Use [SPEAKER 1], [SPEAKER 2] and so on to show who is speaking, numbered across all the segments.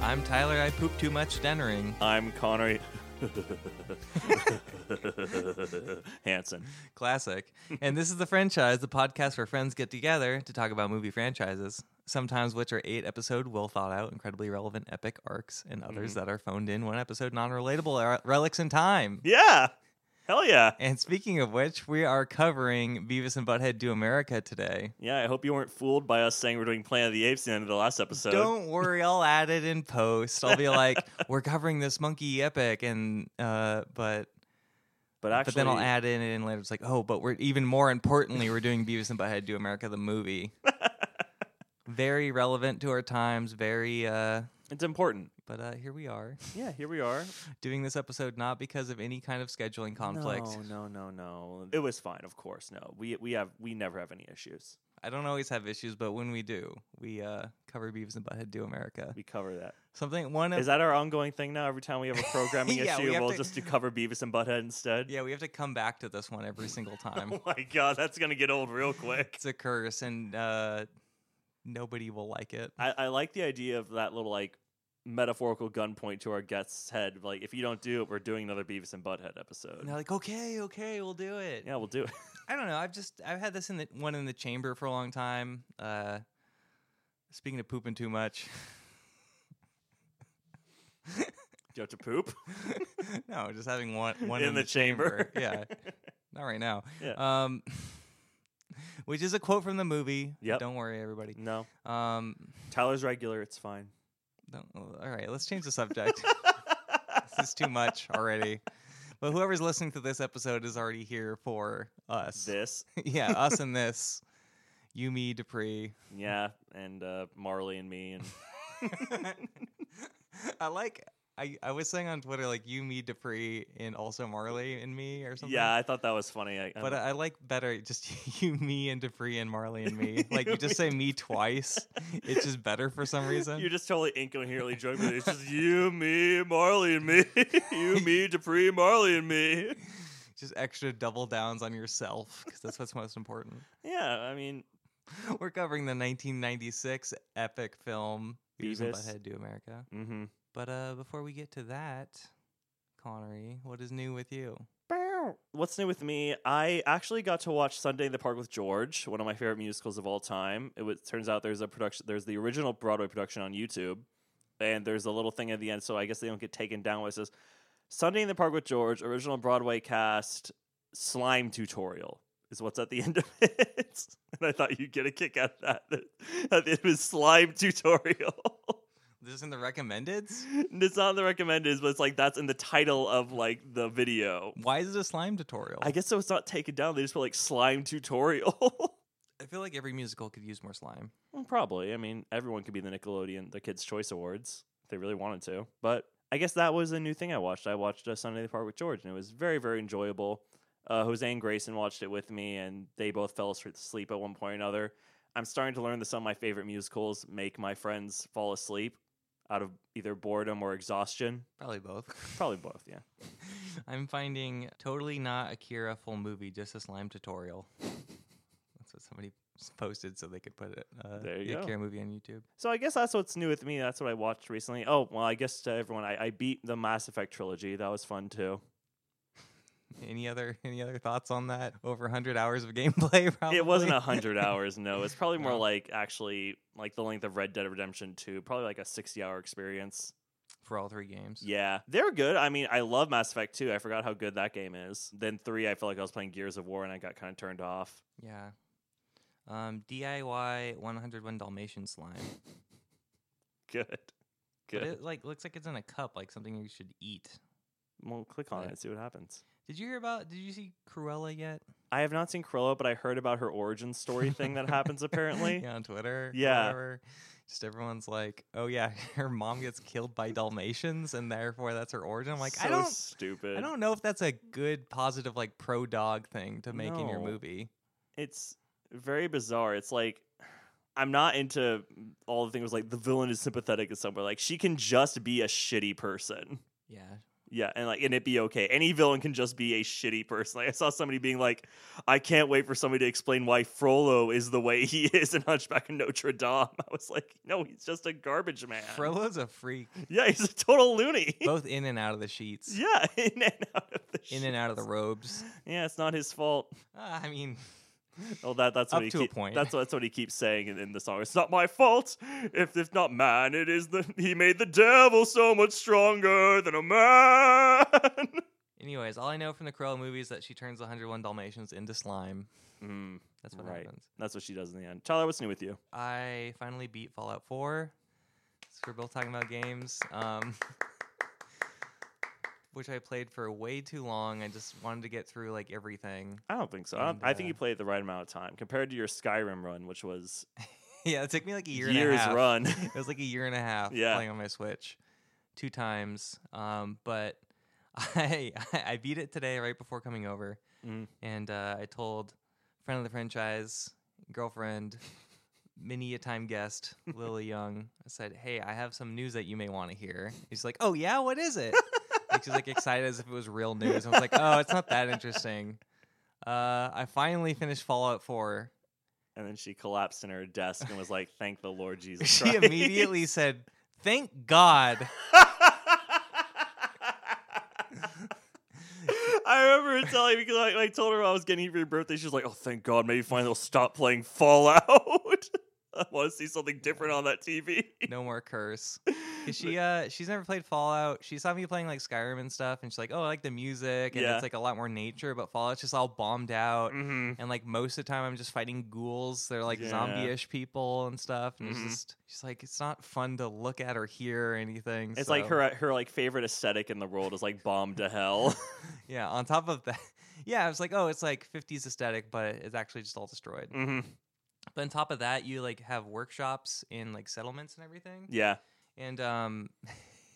[SPEAKER 1] I'm Tyler. I poop too much dennering.
[SPEAKER 2] I'm Connor Hanson.
[SPEAKER 1] Classic. and this is The Franchise, the podcast where friends get together to talk about movie franchises, sometimes which are eight episode, well thought out, incredibly relevant epic arcs, and others that are phoned in one episode, non relatable are relics in time.
[SPEAKER 2] Yeah. Hell yeah.
[SPEAKER 1] And speaking of which, we are covering Beavis and Butthead Do America today.
[SPEAKER 2] Yeah, I hope you weren't fooled by us saying we're doing Planet of the Apes at the end of the last episode.
[SPEAKER 1] Don't worry, I'll add it in post. I'll be like, we're covering this monkey epic, and uh, but
[SPEAKER 2] but actually,
[SPEAKER 1] but then I'll add in and later it's like, oh, but we're even more importantly, we're doing Beavis and Butthead Do America the movie. very relevant to our times, very uh
[SPEAKER 2] it's important.
[SPEAKER 1] but uh here we are
[SPEAKER 2] Yeah, here we are.
[SPEAKER 1] doing this episode not because of any kind of scheduling conflict.
[SPEAKER 2] No, no, no, no. It was fine, of course. No. We we have we never have any issues.
[SPEAKER 1] I don't always have issues, but when we do, we uh cover Beavis and Butthead Do America.
[SPEAKER 2] We cover that.
[SPEAKER 1] Something one of
[SPEAKER 2] Is that our ongoing thing now? Every time we have a programming
[SPEAKER 1] Yeah, we
[SPEAKER 2] issue,
[SPEAKER 1] have
[SPEAKER 2] we'll
[SPEAKER 1] to-
[SPEAKER 2] just do cover Beavis and Butthead instead.
[SPEAKER 1] Yeah, we have to come back to this one every single time.
[SPEAKER 2] Oh my god, that's gonna get old real quick.
[SPEAKER 1] it's a curse and uh nobody will like it.
[SPEAKER 2] I, I like the idea of that little like metaphorical gunpoint to our guest's head. Like, if you don't do it, we're doing another Beavis and Butthead episode.
[SPEAKER 1] And they're like, okay, okay, we'll do it.
[SPEAKER 2] Yeah, we'll do it.
[SPEAKER 1] I don't know. I've just I've had this in the one in the chamber for a long time. Uh, speaking of pooping too much,
[SPEAKER 2] do you have to poop?
[SPEAKER 1] no, just having one one
[SPEAKER 2] In
[SPEAKER 1] in,
[SPEAKER 2] the chamber.
[SPEAKER 1] yeah, not right now.
[SPEAKER 2] Yeah.
[SPEAKER 1] Um, which is a quote from the movie.
[SPEAKER 2] Yep.
[SPEAKER 1] Don't worry, everybody.
[SPEAKER 2] No.
[SPEAKER 1] Um,
[SPEAKER 2] Tyler's regular. It's fine.
[SPEAKER 1] don't, all right, let's change the subject. this is too much already. But whoever's listening to this episode is already here for us.
[SPEAKER 2] This.
[SPEAKER 1] yeah, us and this. You, me, Dupree.
[SPEAKER 2] Yeah. And uh, Marley and me. And
[SPEAKER 1] I like. I, I was saying on Twitter like you, me, Dupree, and also Marley and me or something.
[SPEAKER 2] yeah, I thought that was funny. I,
[SPEAKER 1] But uh,
[SPEAKER 2] I'm-
[SPEAKER 1] I like better just you, me, and Dupree and Marley and me. Like you
[SPEAKER 2] You,
[SPEAKER 1] just say me twice. It's just better for some reason.
[SPEAKER 2] You're just totally incoherently drunk with it. It's just you, me, Marley, and me. you, me, Dupree, Marley, and me.
[SPEAKER 1] just extra double downs on yourself because that's what's most important.
[SPEAKER 2] Yeah, I mean,
[SPEAKER 1] We're covering the 1996 epic film Beavis and
[SPEAKER 2] Beavis.
[SPEAKER 1] Butthead Do America.
[SPEAKER 2] mm-hmm.
[SPEAKER 1] But uh, before we get to that, Connery, what is new with you?
[SPEAKER 2] Bow. What's new with me? I actually got to watch Sunday in the Park with George, one of my favorite musicals of all time. It was, turns out there's a production, there's the original Broadway production on YouTube, and there's a little thing at the end, so I guess they don't get taken down. Where it says Sunday in the Park with George, original Broadway cast, slime tutorial is what's at the end of it. and I thought you'd get a kick out of that. At the end was slime tutorial.
[SPEAKER 1] This is in the recommendeds.
[SPEAKER 2] it's not in the recommended, but it's like that's in the title of like the video.
[SPEAKER 1] Why is it a slime tutorial?
[SPEAKER 2] I guess so. It's not taken down. They just put like slime tutorial.
[SPEAKER 1] I feel like every musical could use more slime.
[SPEAKER 2] well, probably. I mean, everyone could be the Nickelodeon, the Kids' Choice Awards if they really wanted to. But I guess that was a new thing I watched. I watched uh, Sunday in the Park with George, and it was very, very enjoyable. Uh, Jose and Grayson watched it with me, and they both fell asre- asleep at one point or another. I'm starting to learn that some of my favorite musicals make my friends fall asleep out of either boredom or exhaustion.
[SPEAKER 1] Probably both.
[SPEAKER 2] Probably both, yeah.
[SPEAKER 1] I'm finding totally not Akira full movie, just a slime tutorial. That's what somebody s- posted so they could put it uh,
[SPEAKER 2] There you
[SPEAKER 1] the
[SPEAKER 2] go.
[SPEAKER 1] Akira movie on YouTube.
[SPEAKER 2] So I guess that's what's new with me. That's what I watched recently. Oh well, I guess to everyone, I, I beat the Mass Effect trilogy. That was fun too.
[SPEAKER 1] Any other any other thoughts on that? Over 100 hours of gameplay. Probably.
[SPEAKER 2] It wasn't a hundred hours. No, it's probably more
[SPEAKER 1] No.
[SPEAKER 2] like actually like the length of Red Dead Redemption Two. Probably like a sixty-hour experience.
[SPEAKER 1] for all three games.
[SPEAKER 2] Yeah, they're good. I mean, I love Mass Effect Two. I forgot how good that game is. Then three, I felt like I was playing Gears of War and I got kind of turned off.
[SPEAKER 1] Yeah. Um, DIY 101 Dalmatian slime.
[SPEAKER 2] Good,
[SPEAKER 1] But
[SPEAKER 2] good.
[SPEAKER 1] it like looks like it's in a cup, like something you should eat.
[SPEAKER 2] well, click on
[SPEAKER 1] Yeah.
[SPEAKER 2] it and see what happens.
[SPEAKER 1] Did you hear about? Did you see Cruella yet?
[SPEAKER 2] I have not seen Cruella, but I heard about her origin story thing that happens apparently.
[SPEAKER 1] yeah, on Twitter. or
[SPEAKER 2] Yeah.
[SPEAKER 1] whatever. Just everyone's like, oh yeah, her mom gets killed by Dalmatians, and therefore that's her origin. I'm like, I
[SPEAKER 2] So
[SPEAKER 1] don't,
[SPEAKER 2] stupid.
[SPEAKER 1] I don't know if that's a good positive like pro dog thing to make in your
[SPEAKER 2] No.
[SPEAKER 1] movie.
[SPEAKER 2] it's very bizarre. It's like I'm not into all the things like the villain is sympathetic to someone. Like she can just be a shitty person.
[SPEAKER 1] Yeah,
[SPEAKER 2] Yeah, and like, and it be okay. Any villain can just be a shitty person. Like, I saw somebody being like, "I can't wait for somebody to explain why Frollo is the way he is in Hunchback of Notre Dame." I was like, "No, he's just a garbage man."
[SPEAKER 1] Frollo's a freak,
[SPEAKER 2] yeah, he's a total loony.
[SPEAKER 1] both in and out of the sheets,
[SPEAKER 2] yeah, in and out of the.
[SPEAKER 1] in and out of the robes.
[SPEAKER 2] sheets. Yeah, it's not his fault.
[SPEAKER 1] Ah, I mean,
[SPEAKER 2] Oh, that that's what
[SPEAKER 1] Up
[SPEAKER 2] he
[SPEAKER 1] to a
[SPEAKER 2] keep-
[SPEAKER 1] point.
[SPEAKER 2] That's that's what he keeps saying in, in the song. It's not my fault. If it's not man, it is the he made the devil so much stronger than a man.
[SPEAKER 1] anyways, all I know from the Cruella movie is that she turns 101 Dalmatians into slime.
[SPEAKER 2] Mm,
[SPEAKER 1] That's what
[SPEAKER 2] Right.
[SPEAKER 1] happens.
[SPEAKER 2] that's what she does in the end. Tyler, what's new with you?
[SPEAKER 1] I finally beat Fallout 4. So we're both talking about games, um, which I played for way too long. I just wanted to get through like everything.
[SPEAKER 2] I don't think so. I, don't-
[SPEAKER 1] And,
[SPEAKER 2] I think
[SPEAKER 1] uh,
[SPEAKER 2] you played the right amount of time compared to your Skyrim run, which was
[SPEAKER 1] yeah, it took me like a year and a
[SPEAKER 2] years
[SPEAKER 1] half.
[SPEAKER 2] run.
[SPEAKER 1] It was like a year and a half
[SPEAKER 2] Yeah.
[SPEAKER 1] playing on my Switch, two times. Um, but I I beat it today right before coming over,
[SPEAKER 2] Mm.
[SPEAKER 1] and uh, I told friend of the franchise, girlfriend, many a time guest, Lily Young. I said, "Hey, I have some news that you may want to hear." She's like, "Oh yeah, what is it?" like she's like excited as if it was real news. I was like, "Oh, it's not that interesting." Uh, I finally finished Fallout 4.
[SPEAKER 2] and then she collapsed in her desk and was like, "Thank the Lord Jesus."
[SPEAKER 1] She
[SPEAKER 2] Christ."
[SPEAKER 1] immediately said, "Thank God."
[SPEAKER 2] I remember her telling me because I, I told her I was getting here for your birthday. She was like, "Oh, thank God, maybe finally they'll stop playing Fallout. I want to see something different on that TV."
[SPEAKER 1] no more curse. 'Cause she uh she's never played Fallout. She saw me playing like Skyrim and stuff, and she's like, "Oh, I like the music, and
[SPEAKER 2] Yeah.
[SPEAKER 1] it's like a lot more nature." But Fallout's just all bombed out,
[SPEAKER 2] Mhm.
[SPEAKER 1] and like most of the time, I'm just fighting ghouls. They're like
[SPEAKER 2] Yeah.
[SPEAKER 1] zombie-ish people and stuff, and
[SPEAKER 2] Mhm.
[SPEAKER 1] it's just she's like, "It's not fun to look at or hear or anything."
[SPEAKER 2] It's like
[SPEAKER 1] so-
[SPEAKER 2] her her like favorite aesthetic in the world is like bomb to hell.
[SPEAKER 1] yeah. On top of that, yeah, I was like, "Oh, it's like '50s aesthetic, but it's actually just all destroyed."
[SPEAKER 2] hmm
[SPEAKER 1] But on top of that, you like have workshops in like settlements and everything.
[SPEAKER 2] Yeah.
[SPEAKER 1] and um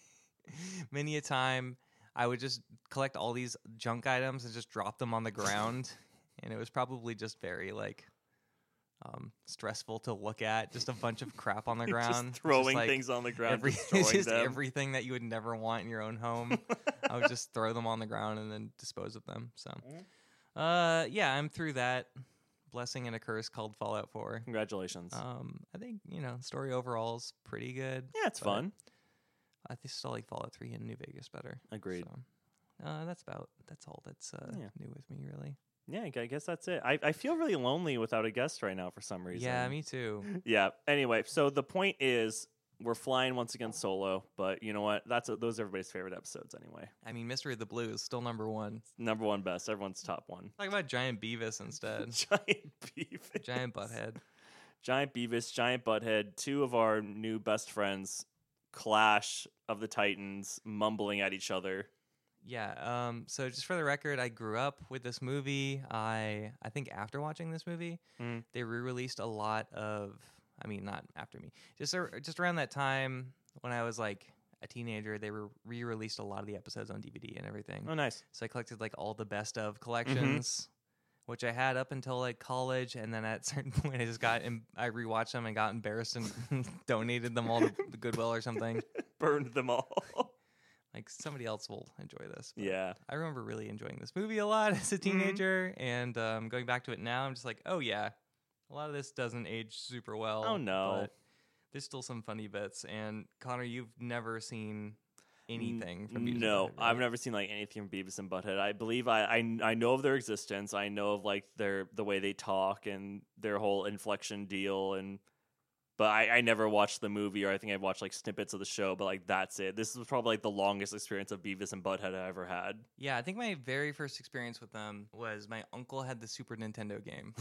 [SPEAKER 1] many a time i would just collect all these junk items and just drop them on the ground and it was probably just very like um stressful to look at just a bunch of crap on the
[SPEAKER 2] You're
[SPEAKER 1] ground
[SPEAKER 2] Just throwing
[SPEAKER 1] like,
[SPEAKER 2] things on the ground,
[SPEAKER 1] every,
[SPEAKER 2] destroying
[SPEAKER 1] it's just
[SPEAKER 2] them.
[SPEAKER 1] everything that you would never want in your own home i would just throw them on the ground and then dispose of them so
[SPEAKER 2] Mhm.
[SPEAKER 1] uh yeah i'm through that blessing and a curse called fallout 4
[SPEAKER 2] Congratulations.
[SPEAKER 1] um i think you know story overall is pretty good
[SPEAKER 2] yeah, it's
[SPEAKER 1] but-
[SPEAKER 2] fun.
[SPEAKER 1] I think still like Fallout Three and New Vegas better.
[SPEAKER 2] Agreed.
[SPEAKER 1] So, uh, that's about that's all that's uh,
[SPEAKER 2] Yeah.
[SPEAKER 1] new with me really.
[SPEAKER 2] Yeah, I guess that's it. I, I feel really lonely without a guest right now for some reason.
[SPEAKER 1] Yeah, me too.
[SPEAKER 2] yeah. Anyway, so the point is we're flying once again solo, but you know what? That's those are everybody's favorite episodes anyway.
[SPEAKER 1] I mean, Mystery of the Blue is still number one.
[SPEAKER 2] Number one best, everyone's top one.
[SPEAKER 1] Talk about Giant Beavis instead.
[SPEAKER 2] Giant Beavis.
[SPEAKER 1] Giant Butthead.
[SPEAKER 2] Giant Beavis, Giant Butthead, two of our new best friends clash of the Titans, mumbling at each other.
[SPEAKER 1] Yeah. Um. So just for the record, I grew up with this movie. I I think after watching this movie,
[SPEAKER 2] Mm.
[SPEAKER 1] they re-released a lot of. I mean, not after me. Just ar- just around that time when I was like a teenager, they were re-released a lot of the episodes on DVD and everything.
[SPEAKER 2] Oh, nice.
[SPEAKER 1] So I collected like all the best
[SPEAKER 2] Mm-hmm.
[SPEAKER 1] of collections, which I had up until like college, and then at a certain point I just got em- I rewatched them and got embarrassed and donated them all to the Goodwill or something.
[SPEAKER 2] Burned them all.
[SPEAKER 1] Like somebody else will enjoy this. but
[SPEAKER 2] yeah.
[SPEAKER 1] I remember really enjoying this movie a lot as a
[SPEAKER 2] Mm-hmm.
[SPEAKER 1] teenager, and um, going back to it now, I'm just like, oh yeah, a lot of this doesn't age super well.
[SPEAKER 2] Oh, no.
[SPEAKER 1] but there's still some funny bits. And Connor, you've never seen anything from Beauty and the
[SPEAKER 2] No,
[SPEAKER 1] Beast,
[SPEAKER 2] I've
[SPEAKER 1] right?
[SPEAKER 2] never seen like anything from Beavis and Butthead. I believe I, I I know of their existence. I know of like their the way they talk and their whole inflection deal and but I, I never watched the movie or I think I've watched like snippets of the show, but like that's it. This was probably like the longest experience of Beavis and Butthead I ever had.
[SPEAKER 1] Yeah, I think my very first experience with them was my uncle had the Super Nintendo game.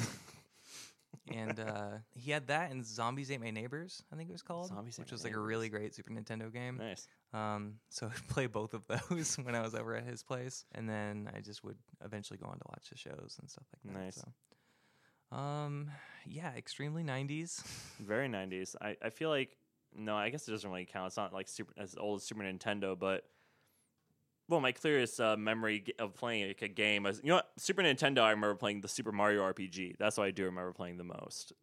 [SPEAKER 1] and uh, he had that and Zombies Ate My Neighbors, I think it was called,
[SPEAKER 2] Zombies Ate
[SPEAKER 1] which
[SPEAKER 2] My
[SPEAKER 1] was like a really great Super Nintendo game.
[SPEAKER 2] Nice.
[SPEAKER 1] Um, so I'd play both of those when I was over at his place. And then I just would eventually go on to watch the shows and stuff like that.
[SPEAKER 2] Nice.
[SPEAKER 1] So. Um, yeah, extremely 90s.
[SPEAKER 2] Very nineties. I, I feel like no, I guess it doesn't really count. It's not like super as old as Super Nintendo, but well, my clearest uh, memory g- of playing like, a game is you know what? Super Nintendo. I remember playing the Super Mario RPG. That's what I do remember playing the most.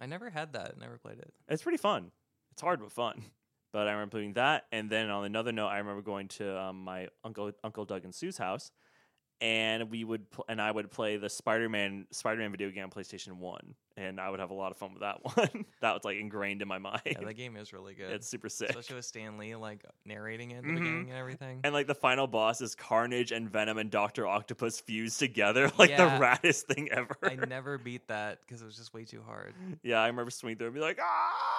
[SPEAKER 1] I never had that, never played it.
[SPEAKER 2] It's pretty fun. It's hard but fun. But I remember doing that, and then on another note, I remember going to um, my uncle Uncle Doug and Sue's house, and we would pl- and I would play the Spider Man Spider Man video game on PlayStation One, and I would have a lot of fun with that one. that was like ingrained in my mind.
[SPEAKER 1] Yeah, that game is really good.
[SPEAKER 2] it's super sick.
[SPEAKER 1] Especially with Stan Lee like narrating it at the
[SPEAKER 2] Mhm.
[SPEAKER 1] beginning and everything.
[SPEAKER 2] and like the final boss is Carnage and Venom and Doctor Octopus fused together, like
[SPEAKER 1] Yeah.
[SPEAKER 2] the raddest thing ever.
[SPEAKER 1] I never beat that because it was just way too hard.
[SPEAKER 2] yeah, I remember swinging through and be like, ah.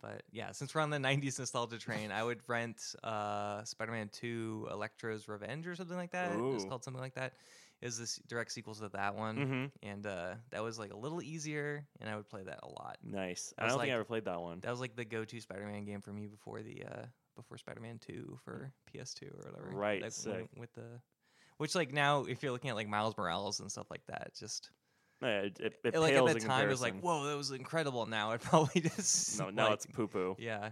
[SPEAKER 1] But yeah, since we're on the 90s nostalgia train, I would rent uh, Spider Man 2 Electra's Revenge or something like that. It's
[SPEAKER 2] Ooh.
[SPEAKER 1] called something like that. Is this direct sequel to that one?
[SPEAKER 2] hmm
[SPEAKER 1] And uh, that was like a little easier, and I would play that a lot.
[SPEAKER 2] Nice.
[SPEAKER 1] I
[SPEAKER 2] I
[SPEAKER 1] was
[SPEAKER 2] don't
[SPEAKER 1] like-
[SPEAKER 2] think I ever played that one.
[SPEAKER 1] That was like the go-to Spider-Man game for me before the uh before Spider-Man 2 for PS2 or whatever.
[SPEAKER 2] Right,
[SPEAKER 1] Like,
[SPEAKER 2] sick.
[SPEAKER 1] with the which like now if you're looking at like Miles Morales and stuff like that, just
[SPEAKER 2] Yeah, it, it, it
[SPEAKER 1] it, like at
[SPEAKER 2] pales
[SPEAKER 1] the
[SPEAKER 2] in
[SPEAKER 1] time it was like,
[SPEAKER 2] comparison.
[SPEAKER 1] "Whoa, that was incredible." Now it probably just
[SPEAKER 2] No, now
[SPEAKER 1] like,
[SPEAKER 2] it's poo poo.
[SPEAKER 1] yeah.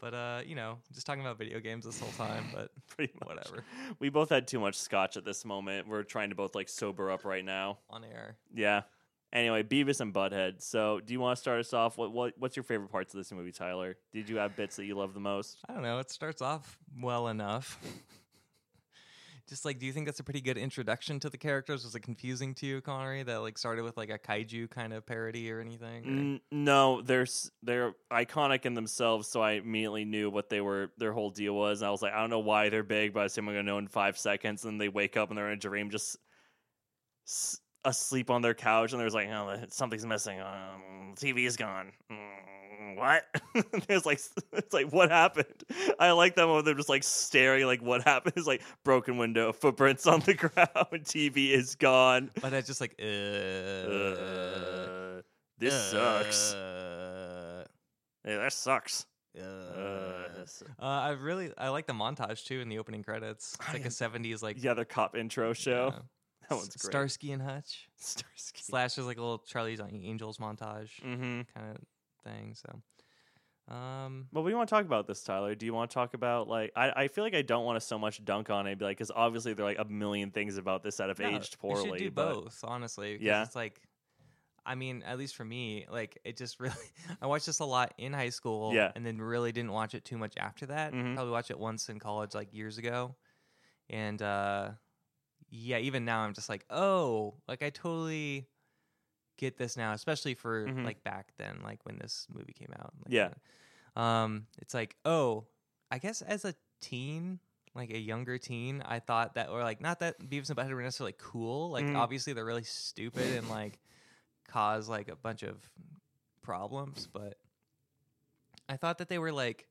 [SPEAKER 1] But uh, you know, just talking about video games this whole time, but
[SPEAKER 2] Pretty much.
[SPEAKER 1] whatever.
[SPEAKER 2] We both had too much scotch at this moment. We're trying to both like sober up right now.
[SPEAKER 1] on air.
[SPEAKER 2] Yeah. Anyway, Beavis and Butthead. So, do you want to start us off? What, what What's your favorite parts of this movie, Tyler? Did you have bits that you love the most?
[SPEAKER 1] I don't know, it starts off well enough. Just like, do you think that's a pretty good introduction to the characters? Was it confusing to you, Connery, that like started with like a kaiju kind of parody or anything? or-
[SPEAKER 2] N- no, they're s- they're iconic in themselves, so I immediately knew what they were. Their whole deal was. And I was like, I don't know why they're big, but I assume I'm gonna know in five seconds. And they wake up and they're in a dream, just s- asleep on their couch, and there's like, oh, something's missing. Um, TV's gone. Mm, what? there's like, it's like, what happened? I like that moment. They're just like staring, like, what happened? It's like broken window, footprints on the ground. TV is gone.
[SPEAKER 1] But I just like, uh,
[SPEAKER 2] Uh, this sucks.
[SPEAKER 1] Uh,
[SPEAKER 2] Yeah, that sucks.
[SPEAKER 1] uh.
[SPEAKER 2] Uh, s-
[SPEAKER 1] Uh, I really I like the montage too in the opening credits. It's
[SPEAKER 2] Oh,
[SPEAKER 1] like
[SPEAKER 2] yeah.
[SPEAKER 1] a seventies like
[SPEAKER 2] yeah, the cop intro show.
[SPEAKER 1] uh,
[SPEAKER 2] That
[SPEAKER 1] S-
[SPEAKER 2] one's great.
[SPEAKER 1] Starsky and Hutch
[SPEAKER 2] Starsky.
[SPEAKER 1] slash is like a little Charlie's Angels montage
[SPEAKER 2] hmm
[SPEAKER 1] kind of thing. So, um,
[SPEAKER 2] But what do you want to talk about this, Tyler? Do you want to talk about like I, I feel like I don't want to so much dunk on it, be like because obviously there are like a million things about this that have
[SPEAKER 1] No,
[SPEAKER 2] aged
[SPEAKER 1] we
[SPEAKER 2] poorly.
[SPEAKER 1] should do
[SPEAKER 2] but
[SPEAKER 1] both, honestly. Because
[SPEAKER 2] Yeah.
[SPEAKER 1] it's like, I mean, at least for me, like it just really. I watched this a lot in high school,
[SPEAKER 2] Yeah.
[SPEAKER 1] and then really didn't watch it too much after that.
[SPEAKER 2] Mhm.
[SPEAKER 1] Probably watched it once in college, like years ago, and uh yeah, even now I'm just like, oh, like I totally get this now, especially for
[SPEAKER 2] Mhm.
[SPEAKER 1] like back then, like when this movie came out. Like,
[SPEAKER 2] Yeah.
[SPEAKER 1] uh, um, it's like, oh, I guess as a teen, like a younger teen, I thought that or like not that Beavis and Butthead were necessarily cool. Like
[SPEAKER 2] Mhm.
[SPEAKER 1] obviously they're really stupid and like cause like a bunch of problems, but I thought that they were like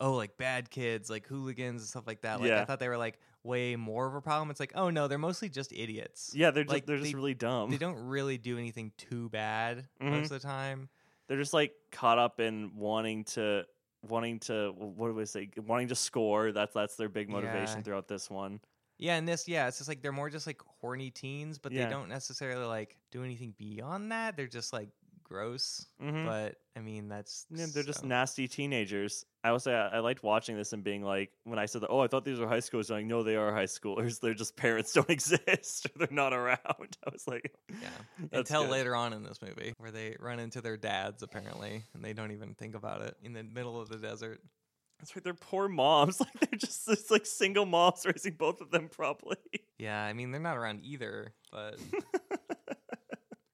[SPEAKER 1] oh like bad kids, like hooligans and stuff like that. Like I
[SPEAKER 2] Yeah.
[SPEAKER 1] thought they were like way more of a problem. It's like, oh no, they're mostly just idiots.
[SPEAKER 2] yeah, they're
[SPEAKER 1] like,
[SPEAKER 2] just, they're just
[SPEAKER 1] they-
[SPEAKER 2] really dumb.
[SPEAKER 1] They don't really do anything too bad
[SPEAKER 2] Mhm.
[SPEAKER 1] most of the time.
[SPEAKER 2] They're just like caught up in wanting to wanting to what do I say? Wanting to score. That's that's their big motivation
[SPEAKER 1] Yeah.
[SPEAKER 2] throughout this one.
[SPEAKER 1] Yeah, and this, yeah, it's just like they're more just like horny teens, but
[SPEAKER 2] Yeah.
[SPEAKER 1] they don't necessarily like do anything beyond that. They're just like gross.
[SPEAKER 2] Mhm.
[SPEAKER 1] But I mean, that's
[SPEAKER 2] Yeah, they're just
[SPEAKER 1] so-
[SPEAKER 2] nasty teenagers. I will say I, I liked watching this and being like, when I said, "Oh, I thought these were high schoolers," I'm like, no, they are high schoolers. They're just parents don't exist. or They're not around. I was like,
[SPEAKER 1] Yeah.
[SPEAKER 2] that's
[SPEAKER 1] until
[SPEAKER 2] good.
[SPEAKER 1] later on in this movie where they run into their dads apparently, and they don't even think about it in the middle of the desert.
[SPEAKER 2] That's right. They're poor moms. Like they're just it's like single moms raising both of them. Probably.
[SPEAKER 1] Yeah, I mean they're not around either, but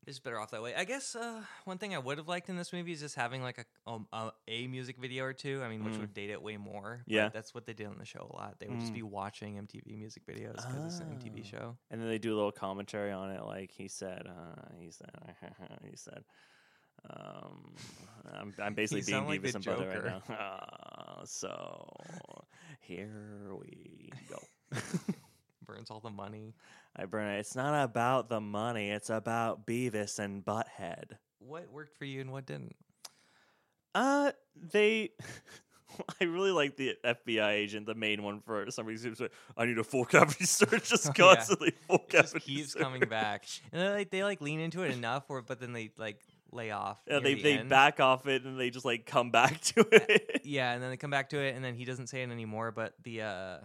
[SPEAKER 1] it's better off that way. I guess uh, one thing I would have liked in this movie is just having like a um, a, a music video or two. I mean, which
[SPEAKER 2] Mm.
[SPEAKER 1] would date it way more. but
[SPEAKER 2] Yeah.
[SPEAKER 1] that's what they did on the show a lot. They would just
[SPEAKER 2] Mm.
[SPEAKER 1] be watching MTV music videos because it's an MTV
[SPEAKER 2] Oh.
[SPEAKER 1] show.
[SPEAKER 2] And then they do a little commentary on it. Like he said, uh, he said, he said. Um, I'm, I'm basically being
[SPEAKER 1] sound like
[SPEAKER 2] Beavis
[SPEAKER 1] the
[SPEAKER 2] and Butthead
[SPEAKER 1] Joker.
[SPEAKER 2] right now. Uh, so here we go.
[SPEAKER 1] Burns all the money.
[SPEAKER 2] I burn it. It's not about the money. It's about Beavis and Butthead.
[SPEAKER 1] What worked for you and what didn't?
[SPEAKER 2] Uh, they. I really like the FBI agent, the main one for some reason. who's like, I need a full cavity search,
[SPEAKER 1] Oh,
[SPEAKER 2] just
[SPEAKER 1] yeah.
[SPEAKER 2] constantly full
[SPEAKER 1] It just
[SPEAKER 2] cavity
[SPEAKER 1] keeps
[SPEAKER 2] search.
[SPEAKER 1] coming back, and they like they like lean into it enough, or but then they like lay off.
[SPEAKER 2] Yeah,
[SPEAKER 1] near
[SPEAKER 2] they
[SPEAKER 1] the
[SPEAKER 2] they
[SPEAKER 1] end.
[SPEAKER 2] back off it and they just like come back to it.
[SPEAKER 1] yeah and then they come back to it and then he doesn't say it anymore but the uh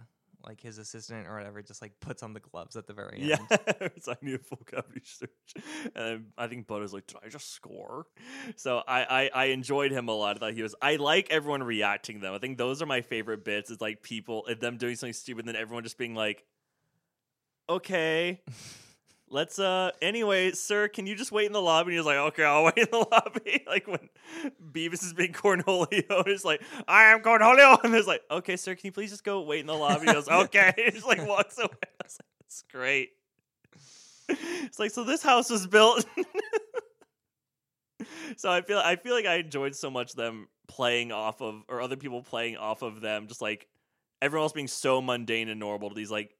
[SPEAKER 1] like his assistant or whatever just like puts on the gloves at the very end.
[SPEAKER 2] Yeah, it's like new full cavity search. And I think Butter's like, did I just score? So I, I I enjoyed him a lot. I thought he was. I like everyone reacting though. I think those are my favorite bits. It's like people and them doing something stupid, and then everyone just being like, okay. Let's uh anyway, sir, can you just wait in the lobby? And he's like, Okay, I'll wait in the lobby. like when Beavis is being Cornholio, it's like, I am Cornholio and there's like, Okay, sir, can you please just go wait in the lobby? He goes, Okay. he just like walks away. I was like, It's great. It's like, so this house was built. so I feel I feel like I enjoyed so much them playing off of or other people playing off of them, just like everyone else being so mundane and normal to these like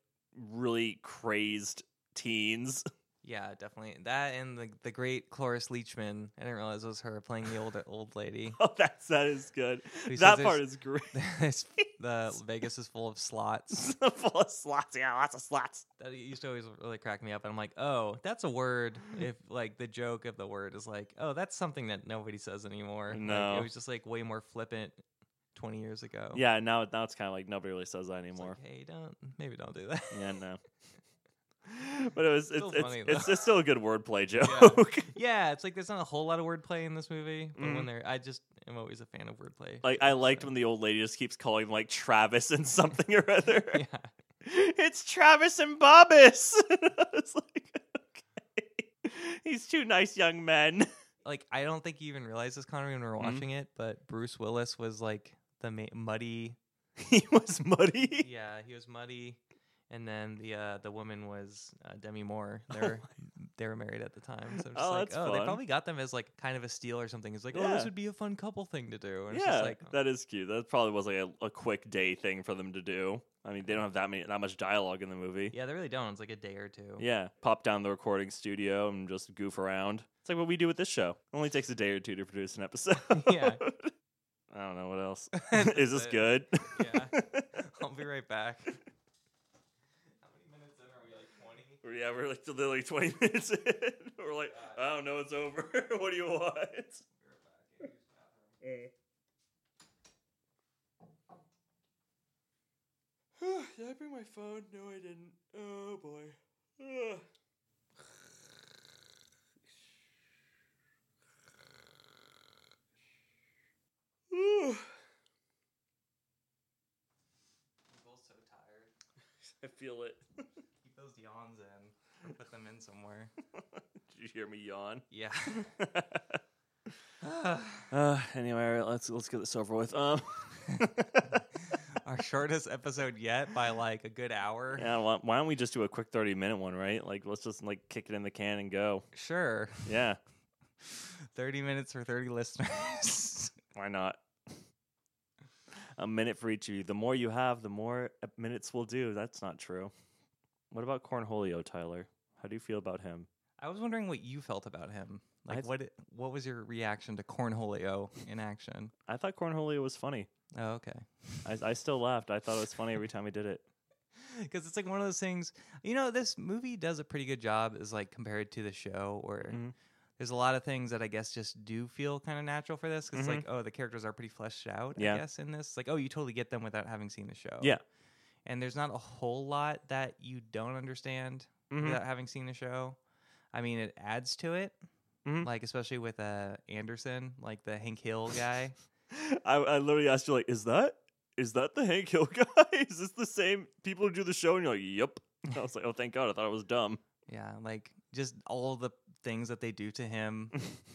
[SPEAKER 2] really crazed teens.
[SPEAKER 1] Yeah, definitely. That and the the great Cloris Leachman. I didn't realize it was her playing the old old lady.
[SPEAKER 2] Oh, that's that is good.
[SPEAKER 1] Who says
[SPEAKER 2] that
[SPEAKER 1] there's-
[SPEAKER 2] part is great.
[SPEAKER 1] there's- the Vegas is full of slots.
[SPEAKER 2] Full of slots, yeah, lots of slots.
[SPEAKER 1] That used to always really crack me up. And I'm like, oh, that's a word. If like the joke of the word is like, oh, that's something that nobody says anymore. Like,
[SPEAKER 2] No.
[SPEAKER 1] it was just like way more flippant 20 years ago.
[SPEAKER 2] Yeah, now now it's kind of like nobody really says that
[SPEAKER 1] Oh. It's
[SPEAKER 2] anymore.
[SPEAKER 1] like, hey, don't maybe don't do that.
[SPEAKER 2] Yeah, no. But it was it's
[SPEAKER 1] Still
[SPEAKER 2] it's,
[SPEAKER 1] funny, though.
[SPEAKER 2] it's, it's still a good wordplay joke.
[SPEAKER 1] yeah, it's like there's not a whole lot of wordplay in this movie, but
[SPEAKER 2] Mm.
[SPEAKER 1] when there, I just am always a fan of wordplay.
[SPEAKER 2] like I
[SPEAKER 1] jokes,
[SPEAKER 2] liked
[SPEAKER 1] so-
[SPEAKER 2] when the old lady just keeps calling him like Travis and something or other.
[SPEAKER 1] yeah,
[SPEAKER 2] It's Travis and Bobbis. I was like, okay, these two nice young men.
[SPEAKER 1] like I don't think you even realized this, Connor, when we were
[SPEAKER 2] Mhm.
[SPEAKER 1] watching it. But Bruce Willis was like the ma- muddy.
[SPEAKER 2] he was muddy.
[SPEAKER 1] yeah, he was muddy, and then the uh, the woman was uh, Demi Moore. They're they were married at the time, so I'm just
[SPEAKER 2] Oh,
[SPEAKER 1] like,
[SPEAKER 2] that's
[SPEAKER 1] oh,
[SPEAKER 2] fun.
[SPEAKER 1] they probably got them as like kind of a steal or something. It's like, oh, this
[SPEAKER 2] Yeah.
[SPEAKER 1] would be a fun couple thing to do. And it's
[SPEAKER 2] yeah,
[SPEAKER 1] just like,
[SPEAKER 2] that is cute. That probably was like a, a quick day thing for them to do. I mean, they don't have that many that much dialogue in the movie.
[SPEAKER 1] yeah, they really don't. It's like a day or two.
[SPEAKER 2] Yeah, pop down the recording studio and just goof around. It's like what we do with this show. It only takes a day or two to produce an episode.
[SPEAKER 1] Yeah.
[SPEAKER 2] I don't know what else.
[SPEAKER 1] That's
[SPEAKER 2] is this
[SPEAKER 1] it.
[SPEAKER 2] good?
[SPEAKER 1] Yeah. I'll be right back. How many minutes in are we? Like twenty.
[SPEAKER 2] Yeah, we're like literally 20 minutes in. We're like, I don't know, it's over. what do you want? Did I bring my phone? No, I didn't. Oh boy. Ugh. Ugh.
[SPEAKER 1] I'm both so tired.
[SPEAKER 2] I feel it.
[SPEAKER 1] Keep those yawns in. Or put them in somewhere.
[SPEAKER 2] Did you hear me yawn?
[SPEAKER 1] Yeah.
[SPEAKER 2] uh, anyway, let's let's get this over with. Um,
[SPEAKER 1] Our shortest episode yet by like a good hour.
[SPEAKER 2] yeah, why, why don't we just do a quick thirty minute one, right? Like, let's just like kick it in the can and go.
[SPEAKER 1] Sure.
[SPEAKER 2] Yeah,
[SPEAKER 1] 30 minutes for 30 listeners.
[SPEAKER 2] why not? A minute for each of you. The more you have, the more uh, minutes we'll do. That's not true. What about Cornholio, Tyler? How do you feel about him?
[SPEAKER 1] I was wondering what you felt about him. Like
[SPEAKER 2] I've-
[SPEAKER 1] what what was your reaction to Cornholio in action?
[SPEAKER 2] I thought Cornholio was funny.
[SPEAKER 1] Oh, okay.
[SPEAKER 2] I, I still laughed. I thought it was funny every time he did it.
[SPEAKER 1] Because it's like one of those things, you know, this movie does a pretty good job is like compared to the show where
[SPEAKER 2] Mhm.
[SPEAKER 1] there's a lot of things that I guess just do feel kind of natural for this. because it's like, oh, the characters are pretty fleshed out,
[SPEAKER 2] Mm-hmm. Yeah.
[SPEAKER 1] I guess, in this. Like, oh, you totally get them without having seen the show.
[SPEAKER 2] Yeah.
[SPEAKER 1] And there's not a whole lot that you don't understand
[SPEAKER 2] Mhm.
[SPEAKER 1] without having seen the show. I mean, it adds to it,
[SPEAKER 2] Mhm.
[SPEAKER 1] like especially with uh, Anderson, like the Hank Hill guy.
[SPEAKER 2] I, I literally asked you, like, is that is that the Hank Hill guy? Is this the same people who do the show? And you're like, yep. And I was like, oh, thank God. I thought it was dumb.
[SPEAKER 1] yeah, like just all the things that they do to him,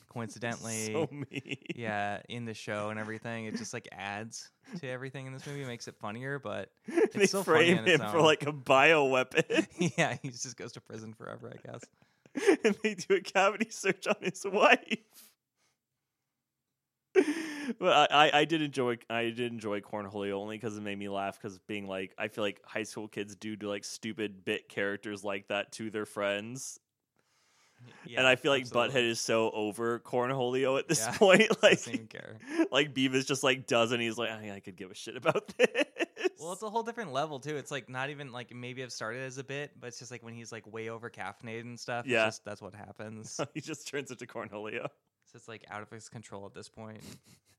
[SPEAKER 1] coincidentally.
[SPEAKER 2] so me.
[SPEAKER 1] yeah, in the show and everything, it just like adds to everything in this movie, makes it funnier. But
[SPEAKER 2] they
[SPEAKER 1] still funny
[SPEAKER 2] frame
[SPEAKER 1] on its
[SPEAKER 2] him for
[SPEAKER 1] own.
[SPEAKER 2] like a bioweapon.
[SPEAKER 1] yeah, he just goes to prison forever, I guess.
[SPEAKER 2] and they do a cavity search on his wife. But I, I, I did enjoy I did enjoy Cornholio only because it made me laugh because being like I feel like high school kids do do like stupid bit characters like that to their friends
[SPEAKER 1] Yeah,
[SPEAKER 2] and I feel like
[SPEAKER 1] absolutely.
[SPEAKER 2] Butthead is so over Cornholio at this
[SPEAKER 1] Yeah.
[SPEAKER 2] point like
[SPEAKER 1] Doesn't even care.
[SPEAKER 2] like Beavis just like does and he's like I, I could give a shit about this
[SPEAKER 1] Well, it's a whole different level too. It's like not even like maybe I've started as a bit, but it's just like when he's like way over caffeinated and stuff. it's
[SPEAKER 2] Yeah.
[SPEAKER 1] just, that's what happens.
[SPEAKER 2] he just turns into Cornholio
[SPEAKER 1] It's just like out of his control at this point.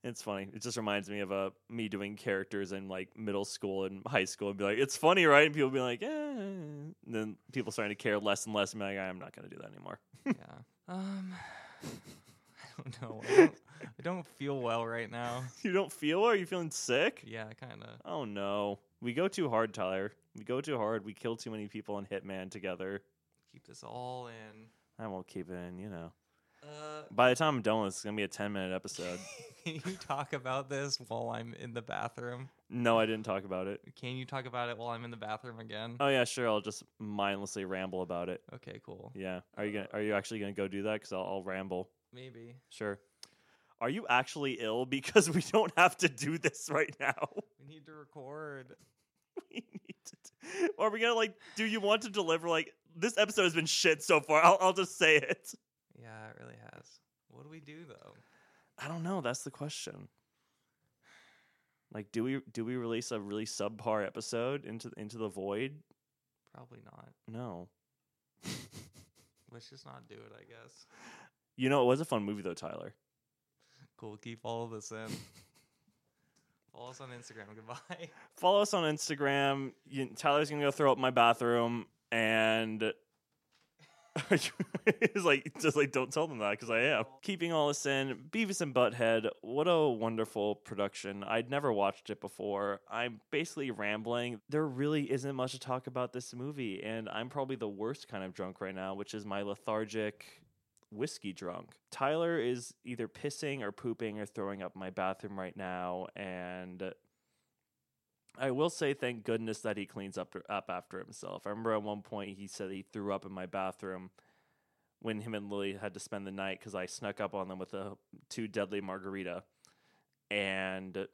[SPEAKER 2] It's funny. It just reminds me of uh, me doing characters in like middle school and high school and be like, it's funny, right? And people be like, eh. And then people starting to care less and less and be like, I'm not going to do that anymore.
[SPEAKER 1] yeah. Um, I don't know. I don't, I don't feel well right now.
[SPEAKER 2] you don't feel well? Are you feeling sick?
[SPEAKER 1] Yeah, kind of.
[SPEAKER 2] Oh no. We go too hard, Tyler. We go too hard. We kill too many people in Hitman together.
[SPEAKER 1] Keep this all in.
[SPEAKER 2] I won't keep it in, you know.
[SPEAKER 1] Uh,
[SPEAKER 2] By the time I'm done with this, it's going to be a 10 minute episode.
[SPEAKER 1] can you talk about this while I'm in the bathroom?
[SPEAKER 2] no, I didn't talk about it.
[SPEAKER 1] Can you talk about it while I'm in the bathroom again?
[SPEAKER 2] Oh yeah, sure. I'll just mindlessly ramble about it.
[SPEAKER 1] Okay, cool.
[SPEAKER 2] Yeah. Are you gonna, are you actually going to go do that? Because I'll, I'll ramble.
[SPEAKER 1] Maybe.
[SPEAKER 2] Sure. Are you actually ill? Because we don't have to do this right now.
[SPEAKER 1] We need to record.
[SPEAKER 2] we need to. Are we gonna like? Do you want to deliver like this episode has been shit so far? I'll, I'll just say it.
[SPEAKER 1] Yeah, it really has. What do we do though?
[SPEAKER 2] I don't know. That's the question. Like, do we do we release a really subpar episode into into the void?
[SPEAKER 1] Probably not.
[SPEAKER 2] No.
[SPEAKER 1] Let's just not do it, I guess.
[SPEAKER 2] You know, it was a fun movie though, Tyler.
[SPEAKER 1] Cool. Keep all of this in. Follow us on Instagram. Goodbye.
[SPEAKER 2] Follow us on Instagram. You, Tyler's gonna go throw up my bathroom and. it's like just like don't tell them that because I am keeping all this in. Beavis and Butthead, what a wonderful production! I'd never watched it before. I'm basically rambling. There really isn't much to talk about this movie, and I'm probably the worst kind of drunk right now, which is my lethargic whiskey drunk. Tyler is either pissing or pooping or throwing up in my bathroom right now, and I will say thank goodness that he cleans up up after himself. I remember at one point he said he threw up in my bathroom when him and Lily had to spend the night because I snuck up on them with a too deadly margarita, and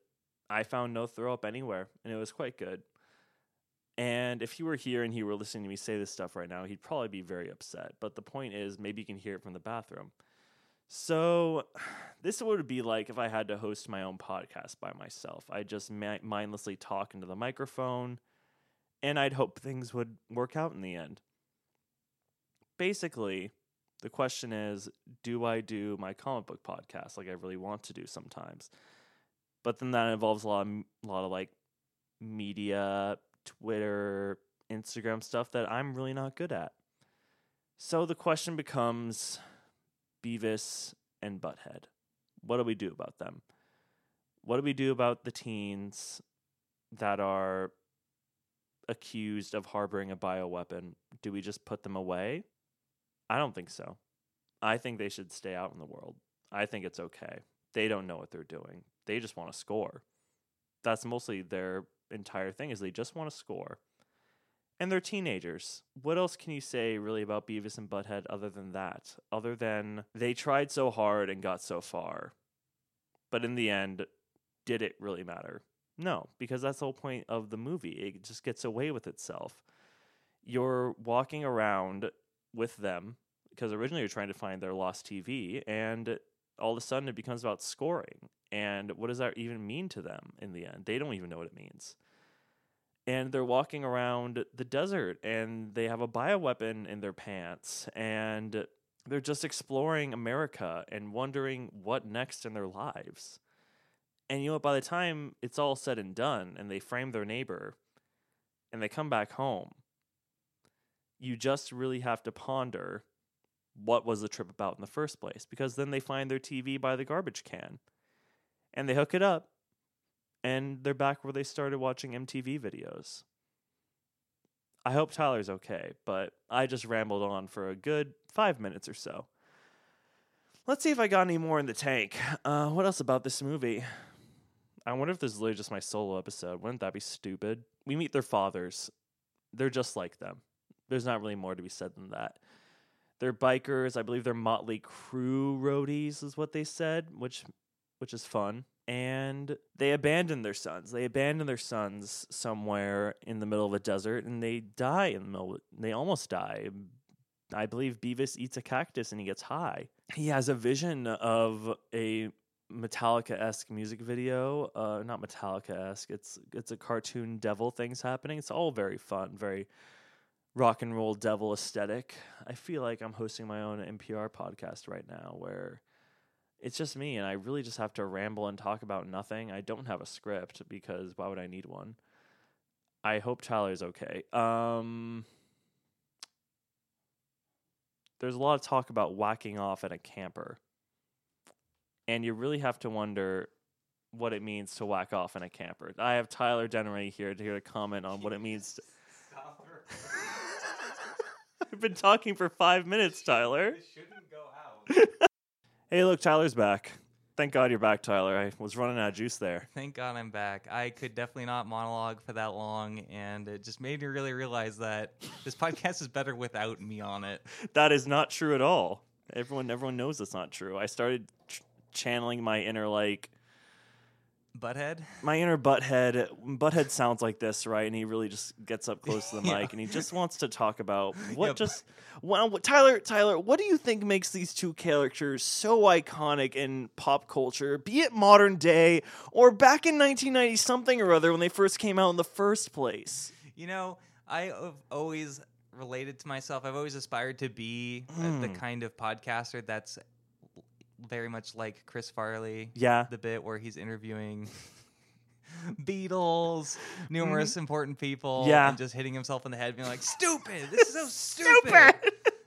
[SPEAKER 2] I found no throw up anywhere, and it was quite good. And if he were here and he were listening to me say this stuff right now, he'd probably be very upset. But the point is, maybe you can hear it from the bathroom. So, this would be like if I had to host my own podcast by myself. I just mi- mindlessly talk into the microphone, and I'd hope things would work out in the end. Basically, the question is do I do my comic book podcast like I really want to do sometimes? But then that involves a lot of, a lot of like media, Twitter, Instagram stuff that I'm really not good at. So the question becomes Beavis and Butthead. What do we do about them? What do we do about the teens that are accused of harboring a bioweapon? Do we just put them away? I don't think so. I think they should stay out in the world. I think it's okay. They don't know what they're doing. They just want to score. That's mostly their entire thing is they just want to score. And they're teenagers. What else can you say really about Beavis and Butthead other than that? Other than they tried so hard and got so far. But in the end, did it really matter? No, because that's the whole point of the movie. It just gets away with itself. You're walking around with them because originally you're trying to find their lost TV, and all of a sudden it becomes about scoring. And what does that even mean to them in the end? They don't even know what it means. And they're walking around the desert and they have a bioweapon in their pants and they're just exploring America and wondering what next in their lives. And you know what? By the time it's all said and done and they frame their neighbor and they come back home, you just really have to ponder what was the trip about in the first place because then they find their TV by the garbage can and they hook it up and they're back where they started watching MTV videos. I hope Tyler's okay, but I just rambled on for a good five minutes or so. Let's see if I got any more in the tank. Uh, what else about this movie? I wonder if this is literally just my solo episode. Wouldn't that be stupid? We meet their fathers. They're just like them. There's not really more to be said than that. They're bikers. I believe they're Motley Crew roadies, is what they said, which which is fun. And they abandon their sons. They abandon their sons somewhere in the middle of a desert, and they die in the middle. They almost die. I believe Beavis eats a cactus and he gets high. He has a vision of a Metallica esque music video. Uh, not Metallica esque. It's it's a cartoon devil things happening. It's all very fun, very rock and roll devil aesthetic. I feel like I'm hosting my own NPR podcast right now, where it's just me, and I really just have to ramble and talk about nothing. I don't have a script because why would I need one? I hope Tyler's okay. Um, there's a lot of talk about whacking off at a camper, and you really have to wonder what it means to whack off in a camper. I have Tyler Dennery here to here to comment on Um, what it means. To- I've been talking for five minutes, Tyler.
[SPEAKER 1] shouldn't go out.
[SPEAKER 2] Hey, look, Tyler's back. Thank God you're back, Tyler. I was running out of juice there.
[SPEAKER 1] Thank God I'm back. I could definitely not monologue for that long, and it just made me really realize that this podcast is better without me on it.
[SPEAKER 2] That is not true at all. Everyone, everyone knows that's not true. I started ch- channeling my inner like
[SPEAKER 1] Butthead?
[SPEAKER 2] my inner butthead. Butthead sounds like this, right? And he really just gets up close to the
[SPEAKER 1] Yeah.
[SPEAKER 2] mic and he just wants to talk about what
[SPEAKER 1] Yeah,
[SPEAKER 2] just well, what, Tyler. Tyler, what do you think makes these two characters so iconic in pop culture, be it modern day or back in 1990 something or other when they first came out in the first place?
[SPEAKER 1] You know, I've always related to myself. I've always aspired to be uh, the
[SPEAKER 2] Hmm.
[SPEAKER 1] kind of podcaster that's very much like Chris Farley,
[SPEAKER 2] Yeah,
[SPEAKER 1] the bit where he's interviewing Beatles, numerous important people,
[SPEAKER 2] Mm-hmm. Yeah.
[SPEAKER 1] and just hitting himself in the head, being like, "Stupid! This is so stupid."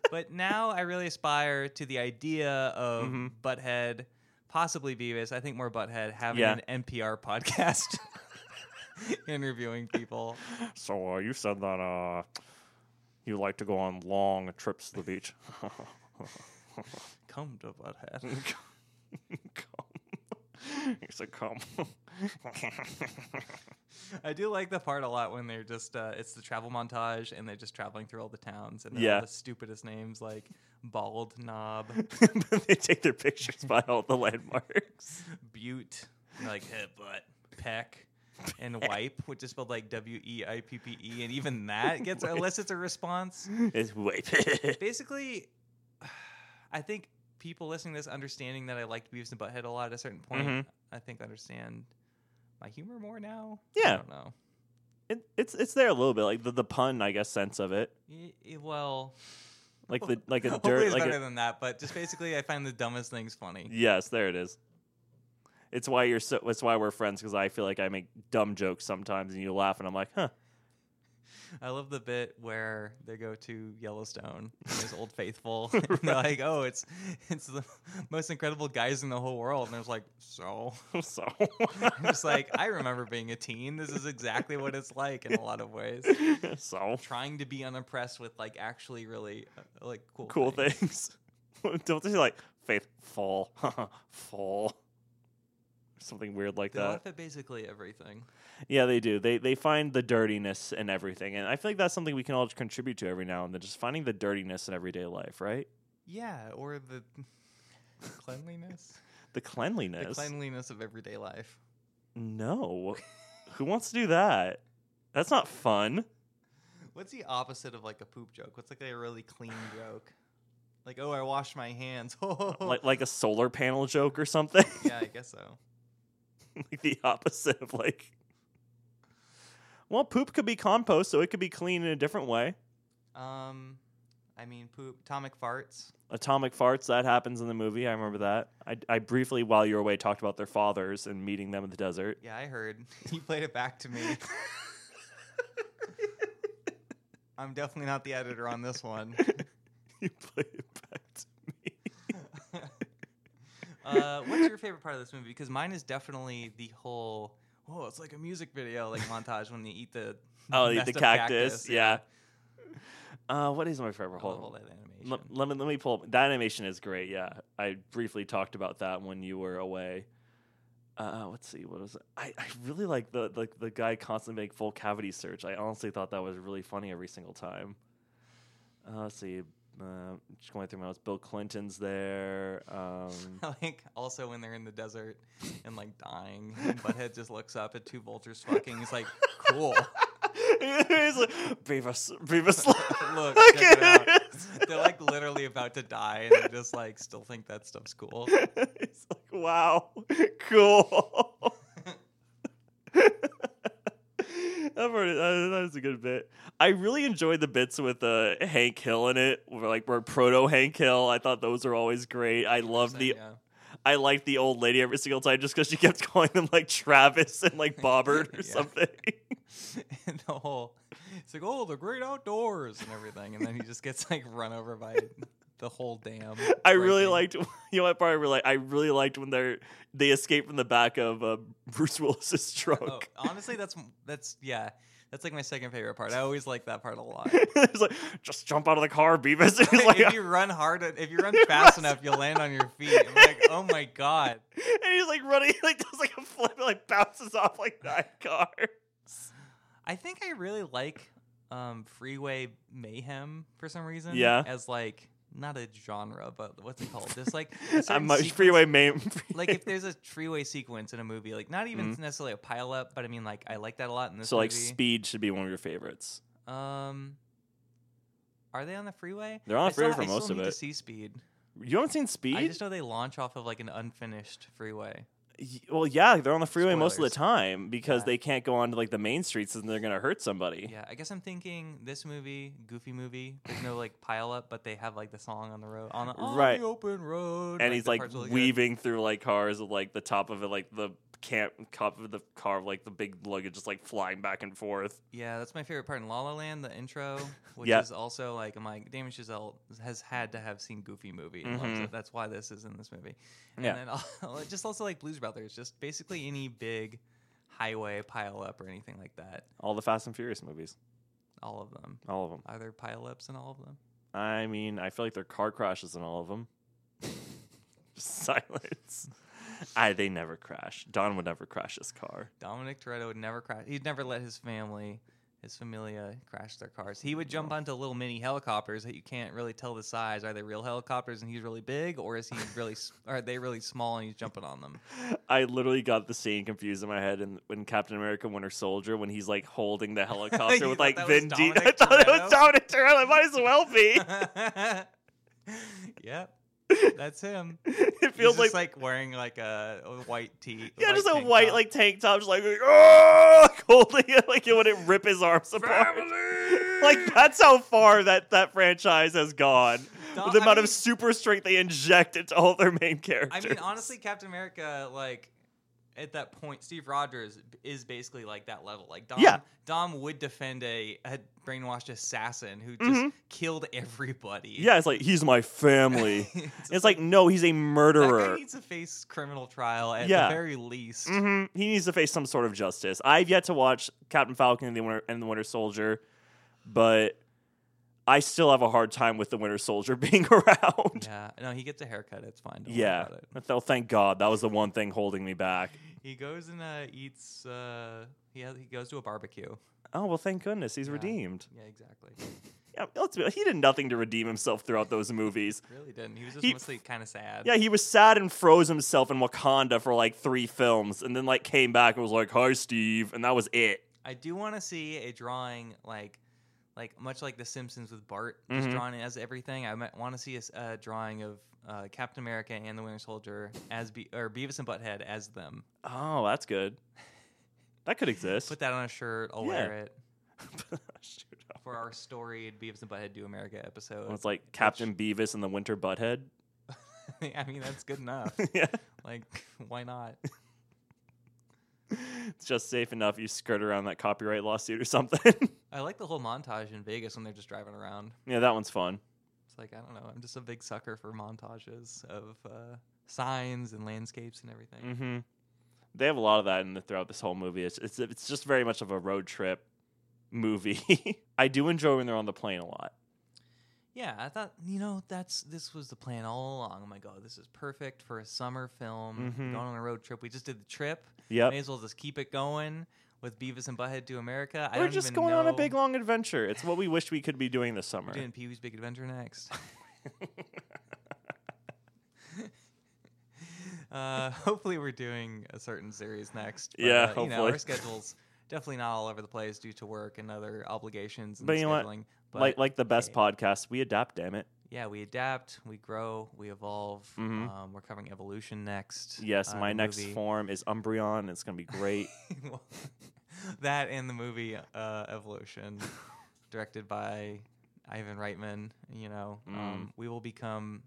[SPEAKER 1] but now I really aspire to the idea of
[SPEAKER 2] Mhm.
[SPEAKER 1] Butthead, possibly Beavis. I think more Butthead having
[SPEAKER 2] Yeah.
[SPEAKER 1] an NPR podcast. interviewing people
[SPEAKER 2] So uh, you said that uh, you like to go on long trips to the beach.
[SPEAKER 1] come to butthead
[SPEAKER 2] come. He said, "Come."
[SPEAKER 1] I do like the part a lot when they're just uh, it's the travel montage and they're just traveling through all the towns and they're
[SPEAKER 2] Yeah.
[SPEAKER 1] all the stupidest names like Bald Knob,
[SPEAKER 2] they take their pictures by all the landmarks.
[SPEAKER 1] Butte, like hip butt, Peck, and Wipe, which is spelled like W E I P P E, and even that gets
[SPEAKER 2] Right.
[SPEAKER 1] elicits a response.
[SPEAKER 2] It's way.
[SPEAKER 1] Basically, I think people listening to this understanding that I liked Beavis and Butthead a lot at a certain point,
[SPEAKER 2] Mhm.
[SPEAKER 1] I think understand my humor more now. I
[SPEAKER 2] Yeah.
[SPEAKER 1] don't know.
[SPEAKER 2] it, it's it's there a little bit, like the, the pun, I guess, sense of it,
[SPEAKER 1] Y- y- well.
[SPEAKER 2] like the like a
[SPEAKER 1] Hopefully
[SPEAKER 2] dirt,
[SPEAKER 1] it's
[SPEAKER 2] like
[SPEAKER 1] better
[SPEAKER 2] a,
[SPEAKER 1] than that, but just basically, I find the dumbest things funny.
[SPEAKER 2] yes, there it is. It's why you're so. It's why we're friends because I feel like I make dumb jokes sometimes, and you laugh, and I'm like, huh.
[SPEAKER 1] I love the bit where they go to Yellowstone, and there's Old Faithful, and they're like, "Oh, it's it's the most incredible guys in the whole world," and I was like, "So."
[SPEAKER 2] so
[SPEAKER 1] I'm just like, I remember being a teen. This is exactly what it's like in a lot of ways.
[SPEAKER 2] so
[SPEAKER 1] Trying to be unimpressed with like actually really uh, like cool
[SPEAKER 2] cool
[SPEAKER 1] things.
[SPEAKER 2] things. Don't they like faith fall, fall, something weird like
[SPEAKER 1] They
[SPEAKER 2] that?
[SPEAKER 1] laugh at basically everything.
[SPEAKER 2] Yeah, they do. They they find the dirtiness in everything, and I feel like that's something we can all contribute to every now and then. Just finding the dirtiness in everyday life, right?
[SPEAKER 1] Yeah, or the cleanliness, the
[SPEAKER 2] The cleanliness.
[SPEAKER 1] cleanliness of everyday life.
[SPEAKER 2] no, who wants to do that? That's not fun.
[SPEAKER 1] What's the opposite of like a poop joke? What's like a really clean joke? Like, oh, I washed my hands.
[SPEAKER 2] Like like a solar panel joke or something.
[SPEAKER 1] yeah, I guess so.
[SPEAKER 2] like the opposite of like. Well, poop could be compost, so it could be clean in a different way.
[SPEAKER 1] Um, I mean, poop, atomic farts.
[SPEAKER 2] Atomic farts, that happens in the movie. I remember that. I, I briefly, while you were away, talked about their fathers and meeting them in the desert.
[SPEAKER 1] Yeah, I heard. you played it back to me. I'm definitely not the editor on this one.
[SPEAKER 2] you play it back to me.
[SPEAKER 1] Uh, what's your favorite part of this movie? Because mine is definitely the whole. Oh, it's like a music video, like montage when they eat the.
[SPEAKER 2] Oh, eat the
[SPEAKER 1] messed up
[SPEAKER 2] cactus. yeah. Uh, what is my favorite?
[SPEAKER 1] I love all
[SPEAKER 2] Hold
[SPEAKER 1] that
[SPEAKER 2] on.
[SPEAKER 1] Oh, animation.
[SPEAKER 2] Let, let me let me pull. Up. That animation is great. Yeah, I briefly talked about that when you were away. Uh, let's see. What was it? I? I really like the the the guy constantly making full cavity search. I honestly thought that was really funny every single time. Uh, let's see. Uh, just going through my notes. Bill Clinton's there. Um,
[SPEAKER 1] I like also when they're in the desert and like dying, and Butthead just looks up at two vultures fucking. He's like, "Cool,
[SPEAKER 2] He's like, Beavis, Beavis.
[SPEAKER 1] look, check it out." They're like literally about to die, and they just like still think that stuff's cool.
[SPEAKER 2] it's like, wow, cool. I've already, that that was a good bit. I really enjoyed the bits with uh, Hank Hill in it, where like where proto Hank Hill. I thought those are always great. I love the
[SPEAKER 1] Yeah.
[SPEAKER 2] I liked the old lady every single time just because she kept calling them like Travis and like Bobbert or
[SPEAKER 1] Yeah.
[SPEAKER 2] something.
[SPEAKER 1] and the whole it's like oh the great outdoors and everything and then he just gets like run over by the whole dam
[SPEAKER 2] I really
[SPEAKER 1] breaking.
[SPEAKER 2] liked you know what part I really I really liked when they're they escape from the back of uh, Bruce Willis's truck.
[SPEAKER 1] oh, honestly that's that's yeah that's like my second favorite part i always like that part a lot
[SPEAKER 2] it's like just jump out of the car, Beavis. And he's like, uh,
[SPEAKER 1] if you run hard if you run fast enough you'll land on your feet i'm like oh my god
[SPEAKER 2] and he's like running, like does like a flip, and like bounces off like that car.
[SPEAKER 1] I think I really like um, Freeway Mayhem for some reason.
[SPEAKER 2] Yeah.
[SPEAKER 1] As like not a genre, but what's it called? Just like a certain
[SPEAKER 2] I'm a
[SPEAKER 1] sequence-
[SPEAKER 2] freeway main.
[SPEAKER 1] Like if there's a freeway sequence in a movie, like not even necessarily a pile up, but I mean like I like that a lot in this
[SPEAKER 2] Mm-hmm. so like
[SPEAKER 1] movie.
[SPEAKER 2] speed should be one of your favorites.
[SPEAKER 1] um, are they on the freeway?
[SPEAKER 2] They're on
[SPEAKER 1] I
[SPEAKER 2] the freeway
[SPEAKER 1] still,
[SPEAKER 2] for
[SPEAKER 1] I still
[SPEAKER 2] most of
[SPEAKER 1] need To
[SPEAKER 2] it.
[SPEAKER 1] see speed.
[SPEAKER 2] You haven't seen Speed?
[SPEAKER 1] I just know they launch off of like an unfinished freeway.
[SPEAKER 2] Y- Well, yeah, they're on the freeway most of the
[SPEAKER 1] Spoilers.
[SPEAKER 2] time because
[SPEAKER 1] Yeah.
[SPEAKER 2] they can't go onto like the main streets and they're gonna hurt somebody.
[SPEAKER 1] Yeah, I guess I'm thinking this movie, Goofy movie. There's no like pile up, but they have like the song on the road on the, on
[SPEAKER 2] Right.
[SPEAKER 1] the open road,
[SPEAKER 2] And he's
[SPEAKER 1] that
[SPEAKER 2] like
[SPEAKER 1] part's really good.
[SPEAKER 2] weaving through like cars with like the top of it, like the camp top of the car, like the big luggage just like flying back and forth.
[SPEAKER 1] Yeah, that's my favorite part in La La Land, the intro, which
[SPEAKER 2] Yeah.
[SPEAKER 1] is also like I'm like Damon Chazelle has had to have seen Goofy movie. and loves
[SPEAKER 2] Mhm.
[SPEAKER 1] it. That's why this is in this movie. And
[SPEAKER 2] Yeah.
[SPEAKER 1] then al- just also like Blues Brothers, just basically any big highway pile up or anything like that.
[SPEAKER 2] All the Fast and Furious movies,
[SPEAKER 1] All of them.
[SPEAKER 2] all of them.
[SPEAKER 1] Are there pile ups in all of them?
[SPEAKER 2] I mean, I feel like they're car crashes in all of them. Silence. I they never crash. Don would never crash his car.
[SPEAKER 1] Dominic Toretto would never crash. He'd never let his family, his familia, crash their cars. He would jump onto little mini helicopters that you can't really tell the size. Are they real helicopters and he's really big, or is he really? s- are they really small and he's jumping on them?
[SPEAKER 2] I literally got the scene confused in my head in, when Captain America Winter Soldier when he's like holding the helicopter
[SPEAKER 1] You
[SPEAKER 2] with
[SPEAKER 1] thought
[SPEAKER 2] like
[SPEAKER 1] that was
[SPEAKER 2] Vin Diesel. I
[SPEAKER 1] Dominic
[SPEAKER 2] thought
[SPEAKER 1] Toretto?
[SPEAKER 2] it was Dominic Toretto. It might as well be.
[SPEAKER 1] yep, that's him.
[SPEAKER 2] It
[SPEAKER 1] Feels
[SPEAKER 2] feels
[SPEAKER 1] he's just,
[SPEAKER 2] like,
[SPEAKER 1] like, wearing like a, a white tee.
[SPEAKER 2] yeah, just a
[SPEAKER 1] tank
[SPEAKER 2] white
[SPEAKER 1] top.
[SPEAKER 2] like tank top, just like oh, like, holding it like it wouldn't rip his arms apart. Like that's how far that that franchise has gone.
[SPEAKER 1] Dom-
[SPEAKER 2] with the
[SPEAKER 1] I
[SPEAKER 2] amount
[SPEAKER 1] mean-
[SPEAKER 2] of super strength they inject into all their main
[SPEAKER 1] I
[SPEAKER 2] characters.
[SPEAKER 1] mean, honestly, Captain America, like at that point, Steve Rogers is basically like that level. Like Dom,
[SPEAKER 2] Yeah.
[SPEAKER 1] Dom would defend a, a brainwashed assassin who just
[SPEAKER 2] Mhm.
[SPEAKER 1] killed everybody.
[SPEAKER 2] yeah, it's like he's my family.
[SPEAKER 1] it's,
[SPEAKER 2] it's like no, he's
[SPEAKER 1] that
[SPEAKER 2] a murderer.
[SPEAKER 1] guy needs to face criminal trial at
[SPEAKER 2] Yeah.
[SPEAKER 1] the very least.
[SPEAKER 2] hmm He needs to face some sort of justice. I've yet to watch Captain Falcon and the Winter, and the Winter Soldier, but I still have a hard time with the Winter Soldier being around.
[SPEAKER 1] Yeah, no, he gets a haircut. It's fine. Don't worry
[SPEAKER 2] Yeah.
[SPEAKER 1] about it.
[SPEAKER 2] Oh, thank God. That was the one thing holding me back.
[SPEAKER 1] he goes and uh, eats. Uh, he has, he goes to a barbecue.
[SPEAKER 2] Oh, well, thank goodness. He's
[SPEAKER 1] Yeah.
[SPEAKER 2] redeemed.
[SPEAKER 1] Yeah, exactly.
[SPEAKER 2] Yeah, let's be, he did nothing to redeem himself throughout those movies.
[SPEAKER 1] Really didn't. He was just
[SPEAKER 2] He-
[SPEAKER 1] mostly kind of sad.
[SPEAKER 2] Yeah, he was sad and froze himself in Wakanda for like three films and then like came back and was like, hi, Steve. And that was it.
[SPEAKER 1] I do want to see a drawing like, like much like The Simpsons with Bart, just
[SPEAKER 2] Mhm.
[SPEAKER 1] drawn as everything. I might want to see a s- a drawing of uh, Captain America and the Winter Soldier as Be- or Beavis and Butthead as them.
[SPEAKER 2] Oh, that's good. That could exist.
[SPEAKER 1] Put that on a shirt. I'll wear it
[SPEAKER 2] Shoot.
[SPEAKER 1] for our storied Beavis and Butthead Do America episode.
[SPEAKER 2] Well, it's like Captain Beavis and the Winter Butthead.
[SPEAKER 1] I mean, that's good enough.
[SPEAKER 2] yeah.
[SPEAKER 1] like, why not?
[SPEAKER 2] It's just safe enough you skirt around that copyright lawsuit or something.
[SPEAKER 1] I like the whole montage in Vegas when they're just driving around.
[SPEAKER 2] yeah, that one's fun.
[SPEAKER 1] It's like I don't know. I'm just a big sucker for montages of uh, signs and landscapes and everything.
[SPEAKER 2] hmm They have a lot of that in the, throughout this whole movie. It's, it's it's just very much of a road trip movie. I do enjoy when they're on the plane a lot.
[SPEAKER 1] Yeah, I thought you know that's this was the plan all along. I'm like, oh, this is perfect for a summer film. We're
[SPEAKER 2] Mhm.
[SPEAKER 1] Going on a road trip. We just did the trip. May
[SPEAKER 2] Yep.
[SPEAKER 1] as well just keep it going with Beavis and Butthead to America. I
[SPEAKER 2] We're
[SPEAKER 1] don't
[SPEAKER 2] just
[SPEAKER 1] even
[SPEAKER 2] going on a
[SPEAKER 1] know-
[SPEAKER 2] big long adventure. It's what we wished we could be doing this
[SPEAKER 1] We're
[SPEAKER 2] summer.
[SPEAKER 1] doing Pee Wee's Big Adventure next. uh, hopefully, we're doing a certain series next.
[SPEAKER 2] Yeah,
[SPEAKER 1] uh, You know, our
[SPEAKER 2] hopefully.
[SPEAKER 1] schedules definitely not all over the place due to work and other obligations. And
[SPEAKER 2] But you know what?
[SPEAKER 1] scheduling. But
[SPEAKER 2] Like like the best
[SPEAKER 1] yeah.
[SPEAKER 2] podcast, we adapt. Damn it.
[SPEAKER 1] yeah, we adapt, we grow, we evolve.
[SPEAKER 2] Mhm.
[SPEAKER 1] Um, we're covering evolution next.
[SPEAKER 2] Yes,
[SPEAKER 1] uh,
[SPEAKER 2] my
[SPEAKER 1] the
[SPEAKER 2] next
[SPEAKER 1] movie.
[SPEAKER 2] form is Umbreon. It's gonna be great.
[SPEAKER 1] that and the movie uh, Evolution, directed by Ivan Reitman. Mm. You know, um, we will become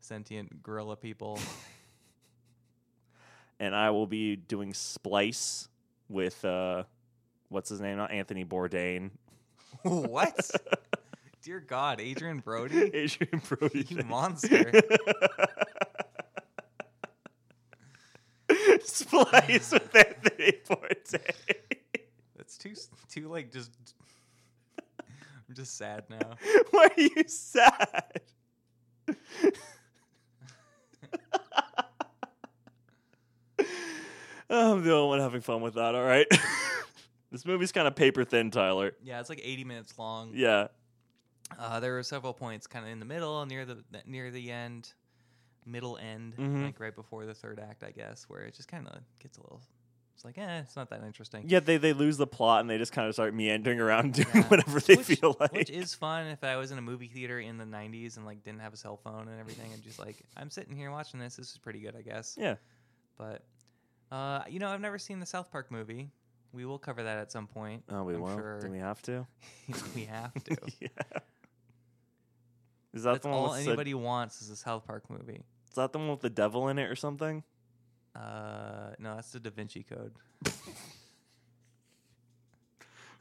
[SPEAKER 1] sentient gorilla people
[SPEAKER 2] and I will be doing Splice with uh, what's his name? Not Anthony Bourdain,
[SPEAKER 1] what? Dear God, Adrian Brody,
[SPEAKER 2] Adrian Brody,
[SPEAKER 1] you
[SPEAKER 2] thing.
[SPEAKER 1] monster!
[SPEAKER 2] Splice with Anthony Bourdain.
[SPEAKER 1] That's too too like just. I'm just sad now.
[SPEAKER 2] Why are you sad? I'm the only one having fun with that, all right? this movie's kind of paper thin, Tyler.
[SPEAKER 1] Yeah, it's like 80 minutes long.
[SPEAKER 2] Yeah.
[SPEAKER 1] Uh, there were several points kind of in the middle, near the that- near the end, middle end,
[SPEAKER 2] Mhm.
[SPEAKER 1] like right before the third act, I guess, where it just kind of gets a little. It's like, eh, it's not that interesting.
[SPEAKER 2] Yeah, they, they lose the plot and they just kind of start meandering around doing
[SPEAKER 1] Yeah.
[SPEAKER 2] whatever they
[SPEAKER 1] Which-
[SPEAKER 2] feel like.
[SPEAKER 1] Which is fun if I was in a movie theater in the 90s and like didn't have a cell phone and everything and just like I'm sitting here watching this. This is pretty good, I guess.
[SPEAKER 2] Yeah.
[SPEAKER 1] But uh, you know, I've never seen the South Park movie. We will cover that at some point.
[SPEAKER 2] oh, we
[SPEAKER 1] I'm
[SPEAKER 2] won't.
[SPEAKER 1] sure
[SPEAKER 2] Do we have to?
[SPEAKER 1] we have to.
[SPEAKER 2] yeah. Is that
[SPEAKER 1] That's
[SPEAKER 2] the one
[SPEAKER 1] all
[SPEAKER 2] with Sid-
[SPEAKER 1] anybody wants is a South Park movie.
[SPEAKER 2] is that the one with the devil in it or something?
[SPEAKER 1] Uh, no, that's the Da Vinci Code.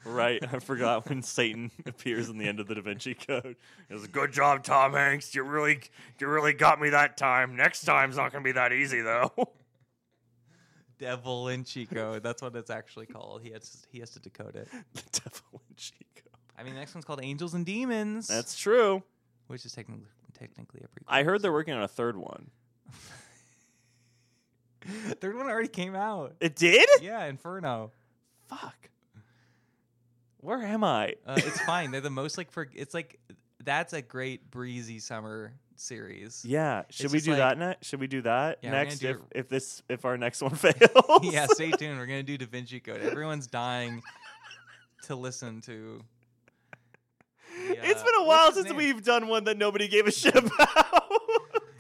[SPEAKER 2] Right, I forgot when Satan appears in the end of the Da Vinci Code. It was good job, Tom Hanks. You really, you really got me that time. Next time's not gonna be that easy though.
[SPEAKER 1] Devil in Chico. That's what it's actually called. He has he has to decode it.
[SPEAKER 2] the devil in Chico.
[SPEAKER 1] I mean, the next one's called Angels and Demons.
[SPEAKER 2] That's true.
[SPEAKER 1] which is technically technically a prequel.
[SPEAKER 2] I heard they're working on a third one.
[SPEAKER 1] Third one already came out.
[SPEAKER 2] It did?
[SPEAKER 1] Yeah, Inferno.
[SPEAKER 2] Fuck. Where am I?
[SPEAKER 1] Uh, it's fine. They're the most like for. It's like that's a great breezy summer series.
[SPEAKER 2] yeah. Should
[SPEAKER 1] It's
[SPEAKER 2] we
[SPEAKER 1] just
[SPEAKER 2] do
[SPEAKER 1] like-
[SPEAKER 2] that next? Should we do that
[SPEAKER 1] Yeah, we're gonna
[SPEAKER 2] next?
[SPEAKER 1] do
[SPEAKER 2] if,
[SPEAKER 1] it-
[SPEAKER 2] if this, if our next one fails.
[SPEAKER 1] Yeah, uh, Stay tuned. We're gonna do Da Vinci Code. Everyone's dying to listen to. the,
[SPEAKER 2] it's
[SPEAKER 1] uh,
[SPEAKER 2] been a
[SPEAKER 1] what's
[SPEAKER 2] while
[SPEAKER 1] his
[SPEAKER 2] since
[SPEAKER 1] name?
[SPEAKER 2] we've done one that nobody gave a shit about.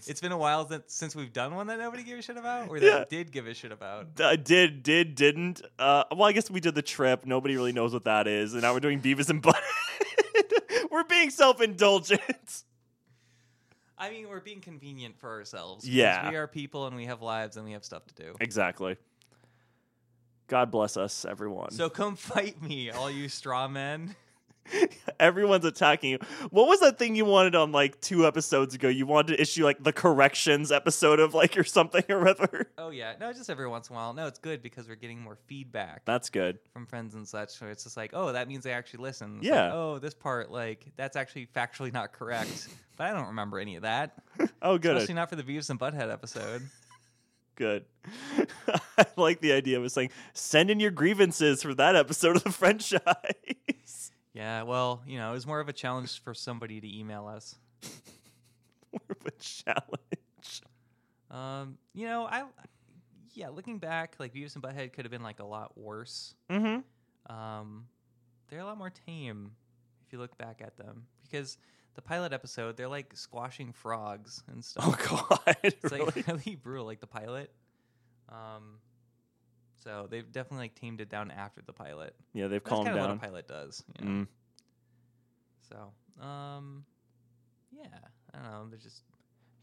[SPEAKER 1] It's been a while that, since we've done one that nobody gave a shit about, or that
[SPEAKER 2] Yeah.
[SPEAKER 1] did give a shit about.
[SPEAKER 2] Uh, did did didn't. Uh, well, I guess we did the trip. Nobody really knows what that is, and now we're doing Beavis and Butthead. we're being self indulgent.
[SPEAKER 1] I mean, we're being convenient for ourselves. because
[SPEAKER 2] Yeah.
[SPEAKER 1] we are people and we have lives and we have stuff to do.
[SPEAKER 2] Exactly. God bless us, everyone.
[SPEAKER 1] So come fight me, all you straw men.
[SPEAKER 2] Everyone's attacking you. What was that thing you wanted on like two episodes ago? You wanted to issue like the corrections episode of like or something or other.
[SPEAKER 1] Oh yeah, no, just every once in a while. No, it's good because we're getting more feedback
[SPEAKER 2] That's good.
[SPEAKER 1] from friends and such. So it's just like, oh, that means they actually listen. It's like,
[SPEAKER 2] Yeah.
[SPEAKER 1] oh, this part, like, that's actually factually not correct. but I don't remember any of that,
[SPEAKER 2] Oh, good.
[SPEAKER 1] especially not for the Beavis and Butthead episode.
[SPEAKER 2] good. I like the idea of us saying send in your grievances for that episode of the franchise.
[SPEAKER 1] yeah, well, you know, it was more of a challenge for somebody to email us.
[SPEAKER 2] more of a challenge.
[SPEAKER 1] Um, you know, I, yeah, looking back, like Beavis and Butthead could have been like a lot worse.
[SPEAKER 2] Mm-hmm.
[SPEAKER 1] um, they're a lot more tame if you look back at them because the pilot episode they're like squashing frogs and stuff.
[SPEAKER 2] Oh God!
[SPEAKER 1] it's
[SPEAKER 2] really?
[SPEAKER 1] like really brutal, like the pilot. Um, so they've definitely like tamed it down after the pilot.
[SPEAKER 2] yeah, they've
[SPEAKER 1] That's
[SPEAKER 2] calmed
[SPEAKER 1] kind of what a
[SPEAKER 2] down.
[SPEAKER 1] pilot does. You know?
[SPEAKER 2] Mm.
[SPEAKER 1] So, um, yeah, I don't know. They're just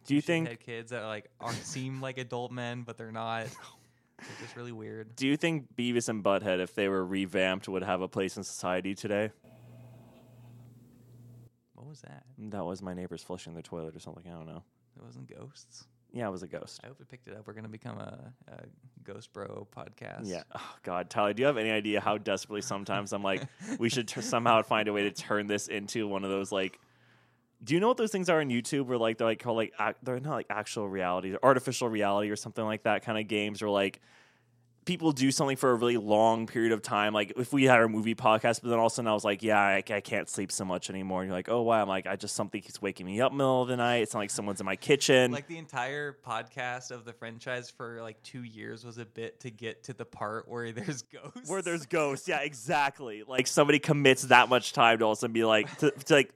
[SPEAKER 2] Do you think?
[SPEAKER 1] shithead kids that like are, seem like adult men, but they're not. They're just really weird.
[SPEAKER 2] Do you think Beavis and Butthead, if they were revamped, would have a place in society today?
[SPEAKER 1] What was that?
[SPEAKER 2] That was my neighbors flushing their toilet or something. I don't know.
[SPEAKER 1] It wasn't ghosts.
[SPEAKER 2] Yeah, it was a ghost.
[SPEAKER 1] I hope it picked it up. We're gonna become a, a Ghost Bro podcast.
[SPEAKER 2] Yeah. Oh God, Tyler, do you have any idea how desperately sometimes I'm like, we should t- somehow find a way to turn this into one of those like. Do you know what those things are on YouTube? Where like they're like called like ac- they're not like actual reality, they're artificial reality or something like that kind of games, where like people do something for a really long period of time. Like if we had our movie podcast, but then all of a sudden I was like, yeah, I, I can't sleep so much anymore. And you're like, oh wow, I'm like I just something keeps waking me up in the middle of the night. It's not like someone's in my kitchen.
[SPEAKER 1] Like the entire podcast of the franchise for like two years was a bit to get to the part where there's ghosts.
[SPEAKER 2] where there's ghosts. Yeah, exactly. Like somebody commits that much time to also be like to, to like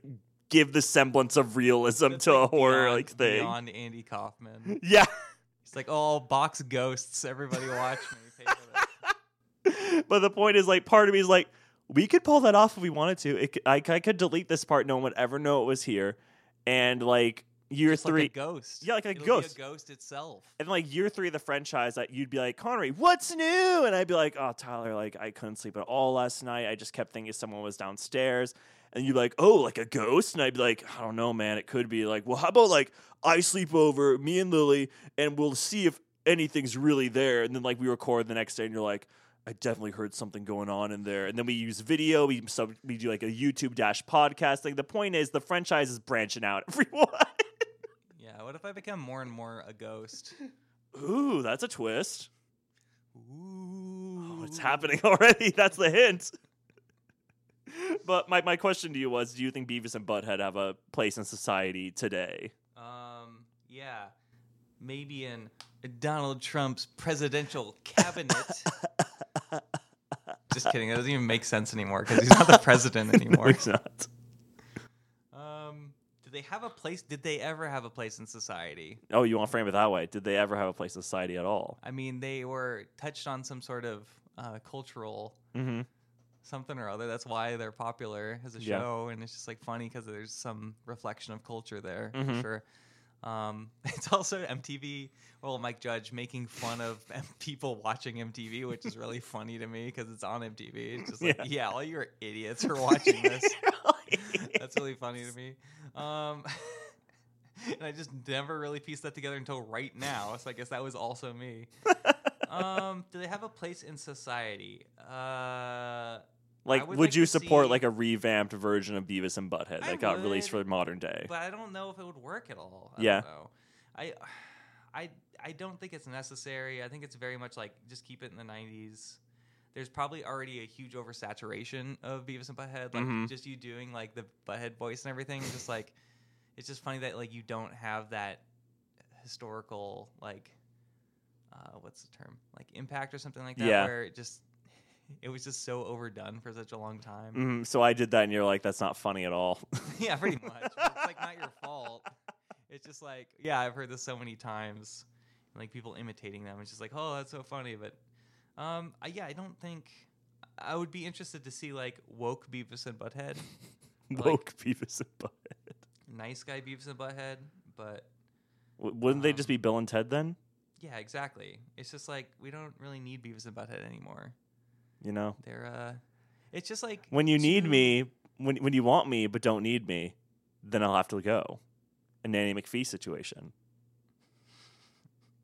[SPEAKER 2] give the semblance of realism
[SPEAKER 1] That's,
[SPEAKER 2] to a
[SPEAKER 1] like,
[SPEAKER 2] horror
[SPEAKER 1] beyond-
[SPEAKER 2] like thing.
[SPEAKER 1] beyond Andy Kaufman.
[SPEAKER 2] Yeah,
[SPEAKER 1] He's like, oh, I'll box ghosts. Everybody watch me. Pay for this.
[SPEAKER 2] but the point is like part of me is like we could pull that off if we wanted to. It, c- I, I could delete this part. No one would ever know it was here, and like year
[SPEAKER 1] Just
[SPEAKER 2] three,
[SPEAKER 1] like a ghost.
[SPEAKER 2] Yeah, like a
[SPEAKER 1] It'll be
[SPEAKER 2] ghost.
[SPEAKER 1] ghost itself.
[SPEAKER 2] and like year three of the franchise, that you'd be like Connery, what's new? And I'd be like, oh Tyler, like I couldn't sleep at all last night. I just kept thinking someone was downstairs. And you'd be like, oh, like a ghost? And I'd be like, I don't know, man. It could be like, well, how about like I sleep over, me and Lily, and we'll see if anything's really there. And then like we record the next day, and you're like, I definitely heard something going on in there. And then we use video. We sub- we do like a YouTube dash podcast thing. The point is, the franchise is branching out. Everyone.
[SPEAKER 1] Yeah. What if I become more and more a ghost?
[SPEAKER 2] Ooh, that's a twist.
[SPEAKER 1] Ooh.
[SPEAKER 2] Oh, it's happening already. That's the hint. but my, my question to you was do you think Beavis and Butthead have a place in society today?
[SPEAKER 1] Um. Yeah. Maybe in Donald Trump's presidential cabinet. Just kidding. That doesn't even make sense anymore because he's not the president
[SPEAKER 2] No,
[SPEAKER 1] anymore.
[SPEAKER 2] it's not.
[SPEAKER 1] um. Do they have a place? Did they ever have a place in society?
[SPEAKER 2] Oh, you want to frame it that way? Did they ever have a place in society at all?
[SPEAKER 1] I mean, they were touched on some sort of uh, cultural
[SPEAKER 2] Mm-hmm.
[SPEAKER 1] something or other. That's why they're popular as a
[SPEAKER 2] Yeah.
[SPEAKER 1] show, and it's just like funny because there's some reflection of culture there
[SPEAKER 2] Mhm.
[SPEAKER 1] for sure. Um, it's also MTV, well, Mike Judge making fun of M- people watching MTV, which is really funny to me because it's on MTV. It's just like,
[SPEAKER 2] Yeah.
[SPEAKER 1] yeah, all your idiots are watching this. That's really funny to me. Um, and I just never really pieced that together until right now. So I guess that was also me. um, do they have a place in society? Uh,
[SPEAKER 2] like,
[SPEAKER 1] I
[SPEAKER 2] would,
[SPEAKER 1] would like
[SPEAKER 2] you
[SPEAKER 1] to
[SPEAKER 2] support
[SPEAKER 1] see-
[SPEAKER 2] like a revamped version of Beavis and Butthead
[SPEAKER 1] I
[SPEAKER 2] that got released for
[SPEAKER 1] would,
[SPEAKER 2] modern day?
[SPEAKER 1] but I don't know if it would work at all. I
[SPEAKER 2] Yeah.
[SPEAKER 1] Don't know. I, I, I don't think it's necessary. I think it's very much like just keep it in the '90s. There's probably already a huge oversaturation of Beavis and Butthead. Like
[SPEAKER 2] Mhm.
[SPEAKER 1] just you doing like the Butthead voice and everything. Just like it's just funny that like you don't have that historical like uh, what's the term like impact or something like that.
[SPEAKER 2] Yeah.
[SPEAKER 1] Where it just it was just so overdone for such a long time.
[SPEAKER 2] Mhm, so I did that, and you're like, that's not funny at all.
[SPEAKER 1] yeah, pretty much. But it's like not your fault. It's just like, yeah, I've heard this so many times, and, like people imitating them. It's just like, oh, that's so funny. But um, I, yeah, I don't think I would be interested to see like woke Beavis and Butthead, Like-
[SPEAKER 2] Woke Beavis and Butthead.
[SPEAKER 1] nice guy Beavis and Butthead. But
[SPEAKER 2] W- wouldn't they
[SPEAKER 1] Um,
[SPEAKER 2] just be Bill and Ted then?
[SPEAKER 1] yeah, exactly. It's just like we don't really need Beavis and Butthead anymore.
[SPEAKER 2] You know,
[SPEAKER 1] They're uh, it's just like
[SPEAKER 2] when you need
[SPEAKER 1] two-
[SPEAKER 2] me, when when you want me but don't need me, then I'll have to go. A Nanny McPhee situation.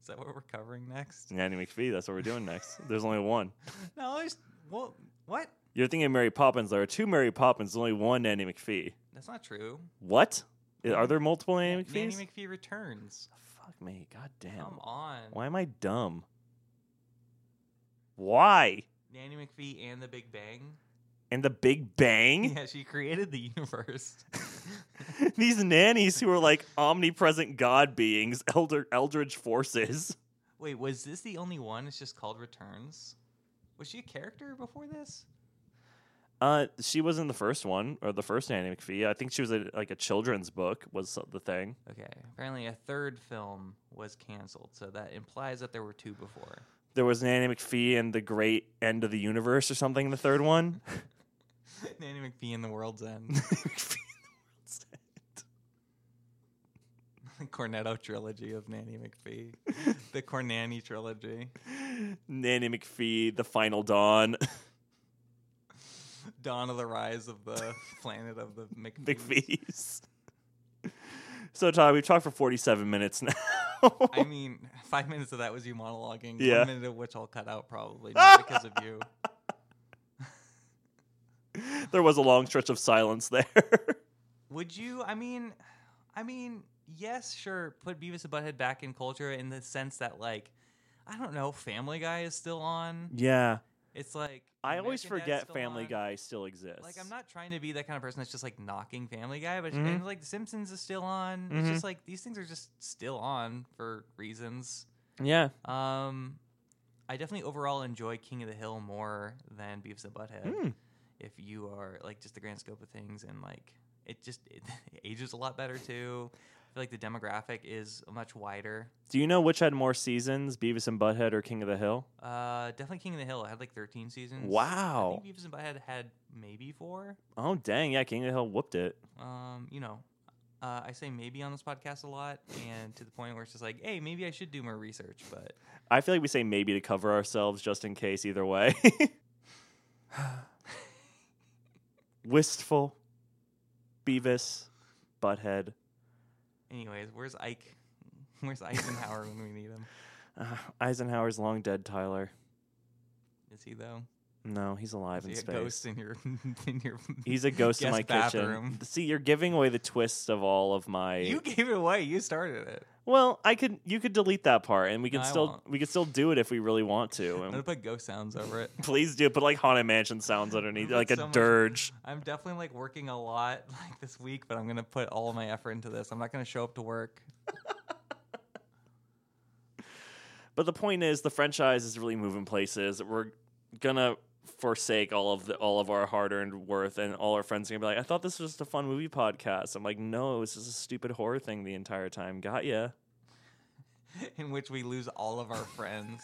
[SPEAKER 1] Is that what we're covering next?
[SPEAKER 2] Nanny McPhee. That's what we're doing next. There's only one.
[SPEAKER 1] No, there's well, what?
[SPEAKER 2] You're thinking Mary Poppins. There are two Mary Poppins. There's only one Nanny McPhee.
[SPEAKER 1] That's not true.
[SPEAKER 2] What? I- Are there multiple Nanny McPhees?
[SPEAKER 1] Nanny McPhee returns.
[SPEAKER 2] Fuck me. God damn.
[SPEAKER 1] Come on.
[SPEAKER 2] Why am I dumb? Why?
[SPEAKER 1] Nanny McPhee and the Big Bang.
[SPEAKER 2] And the Big Bang?
[SPEAKER 1] Yeah, she created the universe.
[SPEAKER 2] These nannies who are like omnipresent god beings, elder eldritch forces.
[SPEAKER 1] Wait, was this the only one? It's just called Returns. Was she a character before this?
[SPEAKER 2] Uh, she was in the first one or the first Nanny McPhee. I think she was a, like a children's book was the thing.
[SPEAKER 1] Okay. Apparently, a third film was canceled, so that implies that there were two before.
[SPEAKER 2] There was Nanny McPhee and the Great End of the Universe or something. The third one.
[SPEAKER 1] Nanny McPhee and the World's End, the Cornetto trilogy of Nanny McPhee, the Cornanny trilogy,
[SPEAKER 2] Nanny McPhee, The Final Dawn,
[SPEAKER 1] Dawn of the Rise of the Planet of the McPhee.
[SPEAKER 2] McPhee's. So Todd, we've talked for forty-seven minutes now.
[SPEAKER 1] I mean, five minutes of that was you monologuing.
[SPEAKER 2] Yeah.
[SPEAKER 1] One minute of which I'll cut out probably not because of you.
[SPEAKER 2] there was a long stretch of silence there.
[SPEAKER 1] Would you? I mean, I mean, yes, sure. Put Beavis and Butthead back in culture in the sense that, like, I don't know, Family Guy is still on.
[SPEAKER 2] yeah,
[SPEAKER 1] It's like
[SPEAKER 2] I always
[SPEAKER 1] American Dad's
[SPEAKER 2] forget
[SPEAKER 1] still
[SPEAKER 2] Family
[SPEAKER 1] on.
[SPEAKER 2] Guy still exists.
[SPEAKER 1] Like, I'm not trying to be that kind of person that's just like knocking Family Guy, but
[SPEAKER 2] Mhm.
[SPEAKER 1] and, like The Simpsons is still on. It's
[SPEAKER 2] Mhm.
[SPEAKER 1] just like these things are just still on for reasons.
[SPEAKER 2] Yeah,
[SPEAKER 1] Um, I definitely overall enjoy King of the Hill more than Beavis and Butthead.
[SPEAKER 2] Hmm.
[SPEAKER 1] If you are like just the grand scope of things, and like it just it ages a lot better too. I feel like the demographic is much wider.
[SPEAKER 2] Do you know which had more seasons, Beavis and Butthead or King of the Hill?
[SPEAKER 1] Uh, definitely King of the Hill. It had like 13 seasons. Mm. I
[SPEAKER 2] Wow.
[SPEAKER 1] think Beavis and Butthead had maybe four.
[SPEAKER 2] Oh dang, yeah, King of the Hill whooped it.
[SPEAKER 1] Um, you know, uh, Uh, I say maybe on this podcast a lot, and to the point where it's just like, hey, maybe I should do more research, but
[SPEAKER 2] I feel like we say maybe to cover ourselves just in case either way. Wistful, Beavis, Butthead.
[SPEAKER 1] anyways, where's Ike? Where's Eisenhower when we need him?
[SPEAKER 2] Uh, Eisenhower's long dead, Tyler.
[SPEAKER 1] Is he though?
[SPEAKER 2] No, he's alive
[SPEAKER 1] Is
[SPEAKER 2] in
[SPEAKER 1] he a
[SPEAKER 2] space.
[SPEAKER 1] ghost in your in your?
[SPEAKER 2] He's a ghost in
[SPEAKER 1] guest
[SPEAKER 2] my
[SPEAKER 1] bathroom?
[SPEAKER 2] kitchen. See, you're giving away the twist of all of my.
[SPEAKER 1] You gave it away. You started it.
[SPEAKER 2] Well, I could you could delete that part, and we can
[SPEAKER 1] I
[SPEAKER 2] still
[SPEAKER 1] won't.
[SPEAKER 2] we could still do it if we really want to.
[SPEAKER 1] I'm
[SPEAKER 2] And
[SPEAKER 1] gonna put ghost sounds over it.
[SPEAKER 2] please do put like haunted mansion sounds underneath,
[SPEAKER 1] That's
[SPEAKER 2] like a
[SPEAKER 1] so much-
[SPEAKER 2] dirge.
[SPEAKER 1] I'm definitely like working a lot like this week, but I'm gonna put all my effort into this. I'm not gonna show up to work.
[SPEAKER 2] But the point is, the franchise is really moving places. We're gonna forsake all of the all of our hard earned worth, and all our friends are gonna be like, "I thought this was just a fun movie podcast." I'm like, "No, it was just a stupid horror thing the entire time." Got ya.
[SPEAKER 1] in which we lose all of our friends.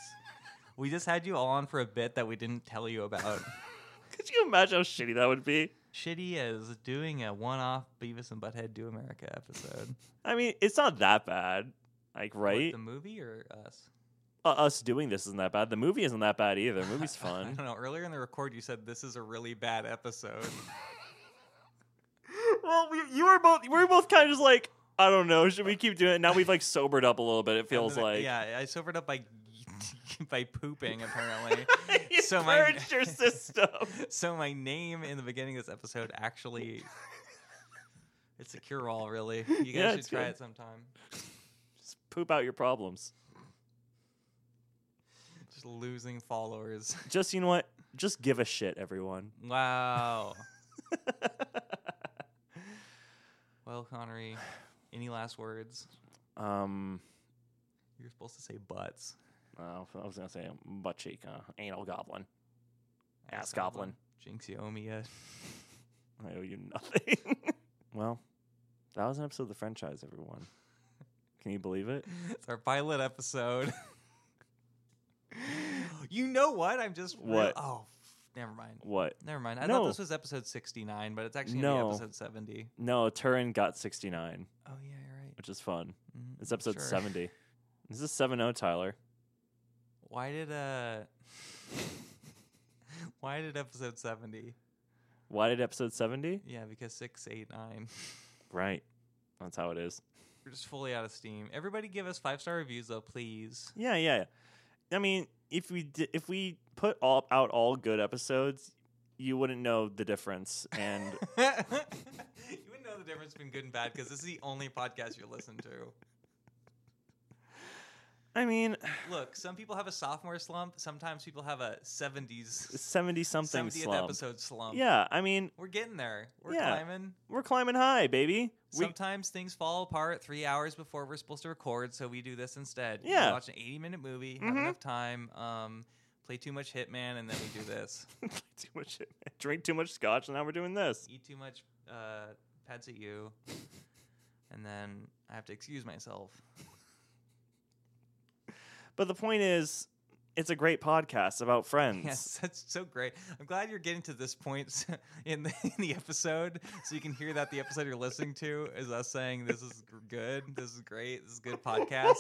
[SPEAKER 1] We just had you all on for a bit that we didn't tell you about.
[SPEAKER 2] Could you imagine how shitty that would be?
[SPEAKER 1] Shitty as doing a one off Beavis and Butthead Do America episode.
[SPEAKER 2] I mean, it's not that bad, like
[SPEAKER 1] What,
[SPEAKER 2] right?
[SPEAKER 1] the movie or us?
[SPEAKER 2] Uh, us doing this isn't that bad. The movie isn't that bad either. The movie's
[SPEAKER 1] I
[SPEAKER 2] fun.
[SPEAKER 1] don't know. Earlier in the record, you said this is a really bad episode.
[SPEAKER 2] well, we, you were both we were both kind of just like, I don't know, should we keep doing it? Now we've like sobered up a little bit. It feels
[SPEAKER 1] And then I-
[SPEAKER 2] like
[SPEAKER 1] Yeah, I sobered up by, by pooping, apparently.
[SPEAKER 2] you
[SPEAKER 1] So my-
[SPEAKER 2] purged your system.
[SPEAKER 1] so my name in the beginning of this episode actually. It's a cure all, really. You guys
[SPEAKER 2] Yeah,
[SPEAKER 1] should
[SPEAKER 2] it's
[SPEAKER 1] try
[SPEAKER 2] good.
[SPEAKER 1] it sometime.
[SPEAKER 2] just poop out your problems.
[SPEAKER 1] Just losing followers.
[SPEAKER 2] Just you know what? Just give a shit, everyone.
[SPEAKER 1] Wow. Well, Connery, any last words?
[SPEAKER 2] um,
[SPEAKER 1] You're supposed to say butts.
[SPEAKER 2] oh, I was gonna say butt cheek, uh, anal goblin. Ass
[SPEAKER 1] Jinx, you owe me a.
[SPEAKER 2] I owe you nothing. well, that was an episode of the franchise, everyone. Can you believe it?
[SPEAKER 1] It's our pilot episode. you know what? I'm just. real-
[SPEAKER 2] What?
[SPEAKER 1] oh, never mind.
[SPEAKER 2] What?
[SPEAKER 1] Never mind. I
[SPEAKER 2] No.
[SPEAKER 1] thought this was episode 69, but it's actually gonna
[SPEAKER 2] No.
[SPEAKER 1] be episode 70.
[SPEAKER 2] No, Turin got 69,
[SPEAKER 1] Oh, yeah, you're right.
[SPEAKER 2] which is fun.
[SPEAKER 1] Mm,
[SPEAKER 2] It's episode
[SPEAKER 1] sure.
[SPEAKER 2] 70. This is 7 Tyler.
[SPEAKER 1] Why did, uh. Why did episode 70?
[SPEAKER 2] Why did episode 70?
[SPEAKER 1] Yeah, because 689.
[SPEAKER 2] Right. That's how it is.
[SPEAKER 1] We're just fully out of steam. Everybody give us five star reviews, though, please.
[SPEAKER 2] Yeah, yeah. yeah. I mean, if we di- if we put all out all good episodes, you wouldn't know the difference. And
[SPEAKER 1] you wouldn't know the difference between good and bad because this is the only podcast you listen to.
[SPEAKER 2] I mean,
[SPEAKER 1] Look, some people have a sophomore slump. Sometimes people have a 70s,
[SPEAKER 2] 70 something
[SPEAKER 1] 70th
[SPEAKER 2] slump.
[SPEAKER 1] episode slump.
[SPEAKER 2] Yeah, I mean,
[SPEAKER 1] We're getting there. We're
[SPEAKER 2] Yeah.
[SPEAKER 1] climbing.
[SPEAKER 2] we're climbing high, baby. We,
[SPEAKER 1] Sometimes things fall apart three hours before we're supposed to record, so we do this instead.
[SPEAKER 2] Yeah.
[SPEAKER 1] We watch an 80 minute movie, have
[SPEAKER 2] Mhm.
[SPEAKER 1] enough time, um, play too much Hitman, and then we do this.
[SPEAKER 2] too much, drink too much scotch, and now we're doing this.
[SPEAKER 1] eat too much uh, pads at you, and then I have to excuse myself.
[SPEAKER 2] But the point is, it's a great podcast about friends.
[SPEAKER 1] Yes, that's so great. I'm glad you're getting to this point s- in the, in the episode, so you can hear that the episode you're listening to is us saying this is g- good, this is great, this is good podcast.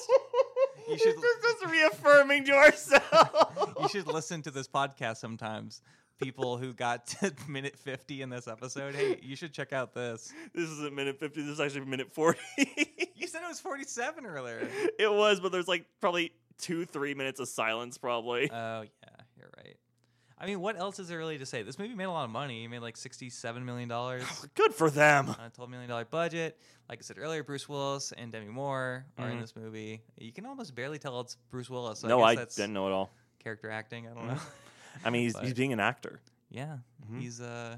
[SPEAKER 1] You should-
[SPEAKER 2] This is just reaffirming to ourselves.
[SPEAKER 1] You should listen to this podcast sometimes. People who got to minute 50 in this episode, hey, you should check out this.
[SPEAKER 2] This isn't minute 50. This is actually minute 40.
[SPEAKER 1] You said it was 47 earlier.
[SPEAKER 2] it was, but there's like probably two, three minutes of silence, probably.
[SPEAKER 1] Oh yeah, you're right. I mean, what else is there really to say? This movie made a lot of money. It made like sixty-seven million dollars
[SPEAKER 2] Good for them.
[SPEAKER 1] on a twelve million dollar budget. Like I said earlier, Bruce Willis and Demi Moore are in
[SPEAKER 2] Mhm.
[SPEAKER 1] this movie. You can almost barely tell it's Bruce Willis. So
[SPEAKER 2] no,
[SPEAKER 1] I,
[SPEAKER 2] I
[SPEAKER 1] guess that's
[SPEAKER 2] didn't know at all.
[SPEAKER 1] Character acting. I don't
[SPEAKER 2] Mhm.
[SPEAKER 1] know.
[SPEAKER 2] I mean, he's, he's
[SPEAKER 1] But-
[SPEAKER 2] being an actor.
[SPEAKER 1] yeah,
[SPEAKER 2] Mhm.
[SPEAKER 1] he's uh,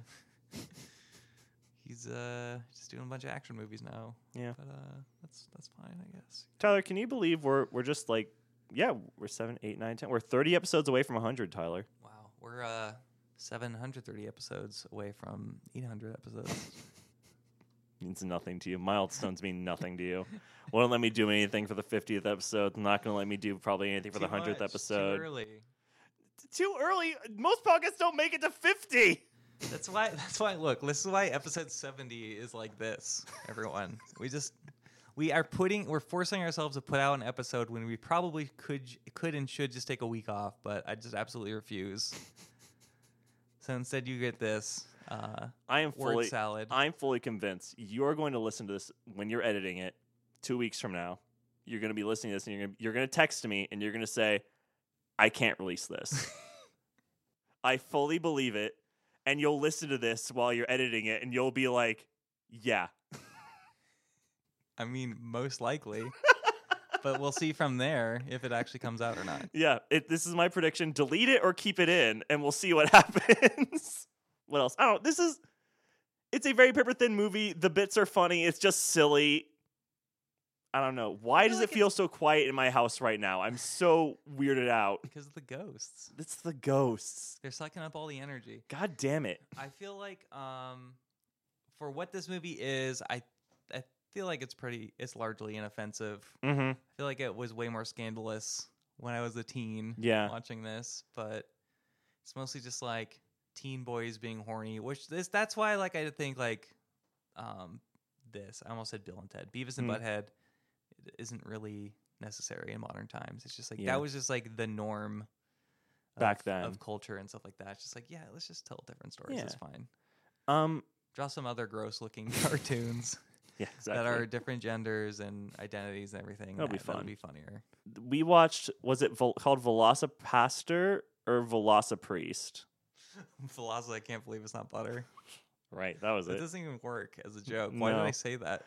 [SPEAKER 1] he's uh, just doing a bunch of action movies now.
[SPEAKER 2] Yeah.
[SPEAKER 1] but uh, that's that's fine, I guess.
[SPEAKER 2] Tyler, can you believe we're we're just like, yeah, we're seven, eight, nine, ten. We're 30 episodes away from 100, Tyler.
[SPEAKER 1] Wow, we're uh, seven hundred thirty episodes away from eight hundred episodes.
[SPEAKER 2] Means nothing to you. Milestones mean nothing to you. Won't let me do anything for the 50th episode. Not going to let me do probably anything for the
[SPEAKER 1] Too
[SPEAKER 2] 100th
[SPEAKER 1] much, too
[SPEAKER 2] episode.
[SPEAKER 1] early.
[SPEAKER 2] Too early. Most podcasts don't make it to 50.
[SPEAKER 1] That's why. That's why. Look, this is why episode seventy is like this. Everyone, we just we are putting we're forcing ourselves to put out an episode when we probably could j- could and should just take a week off, but I just absolutely refuse. so instead, you get this uh,
[SPEAKER 2] I am
[SPEAKER 1] word
[SPEAKER 2] fully
[SPEAKER 1] salad.
[SPEAKER 2] I'm fully convinced you're going to listen to this when you're editing it 2 weeks from now. You're going to be listening to this and you're going to, you're going to text me and you're going to say I can't release this. I fully believe it and you'll listen to this while you're editing it and you'll be like yeah.
[SPEAKER 1] I mean, most likely. But we'll see from there if it actually comes out or not.
[SPEAKER 2] Yeah, it, this is my prediction. Delete it or keep it in, and we'll see what happens. what else? I don't. This is. It's a very paper thin movie. The bits are funny. It's just silly. I don't know. Why
[SPEAKER 1] feel
[SPEAKER 2] does
[SPEAKER 1] like
[SPEAKER 2] it feel so quiet in my house right now? I'm so weirded out.
[SPEAKER 1] Because of the ghosts,
[SPEAKER 2] It's the ghosts.
[SPEAKER 1] they're sucking up all the energy.
[SPEAKER 2] God damn it.
[SPEAKER 1] I feel like um for what this movie is, I I feel like it's pretty it's largely inoffensive. I
[SPEAKER 2] Mm-hmm.
[SPEAKER 1] feel like it was way more scandalous when I was a teen
[SPEAKER 2] Yeah.
[SPEAKER 1] watching this, but it's mostly just like teen boys being horny, which this that's why like I think like um this. I almost said Bill and Ted. Beavis and
[SPEAKER 2] Mm.
[SPEAKER 1] Butthead isn't really necessary in modern times. It's just like
[SPEAKER 2] Yeah.
[SPEAKER 1] that was just like the norm of-
[SPEAKER 2] Back then.
[SPEAKER 1] of culture and stuff like that. It's just like, yeah, let's just tell different stories. It's
[SPEAKER 2] Yeah.
[SPEAKER 1] fine
[SPEAKER 2] Um.
[SPEAKER 1] draw some other gross looking cartoons
[SPEAKER 2] Yeah. Exactly.
[SPEAKER 1] that are different genders and identities and everything.
[SPEAKER 2] That'll be
[SPEAKER 1] That- that'll
[SPEAKER 2] fun.
[SPEAKER 1] be funnier.
[SPEAKER 2] we watched. Was it Vol- called Velocipaster or Velocipriest?
[SPEAKER 1] Velocity, I can't believe it's not butter.
[SPEAKER 2] Right. That was
[SPEAKER 1] That
[SPEAKER 2] it.
[SPEAKER 1] doesn't even work as a joke. Why did I
[SPEAKER 2] No.
[SPEAKER 1] say that?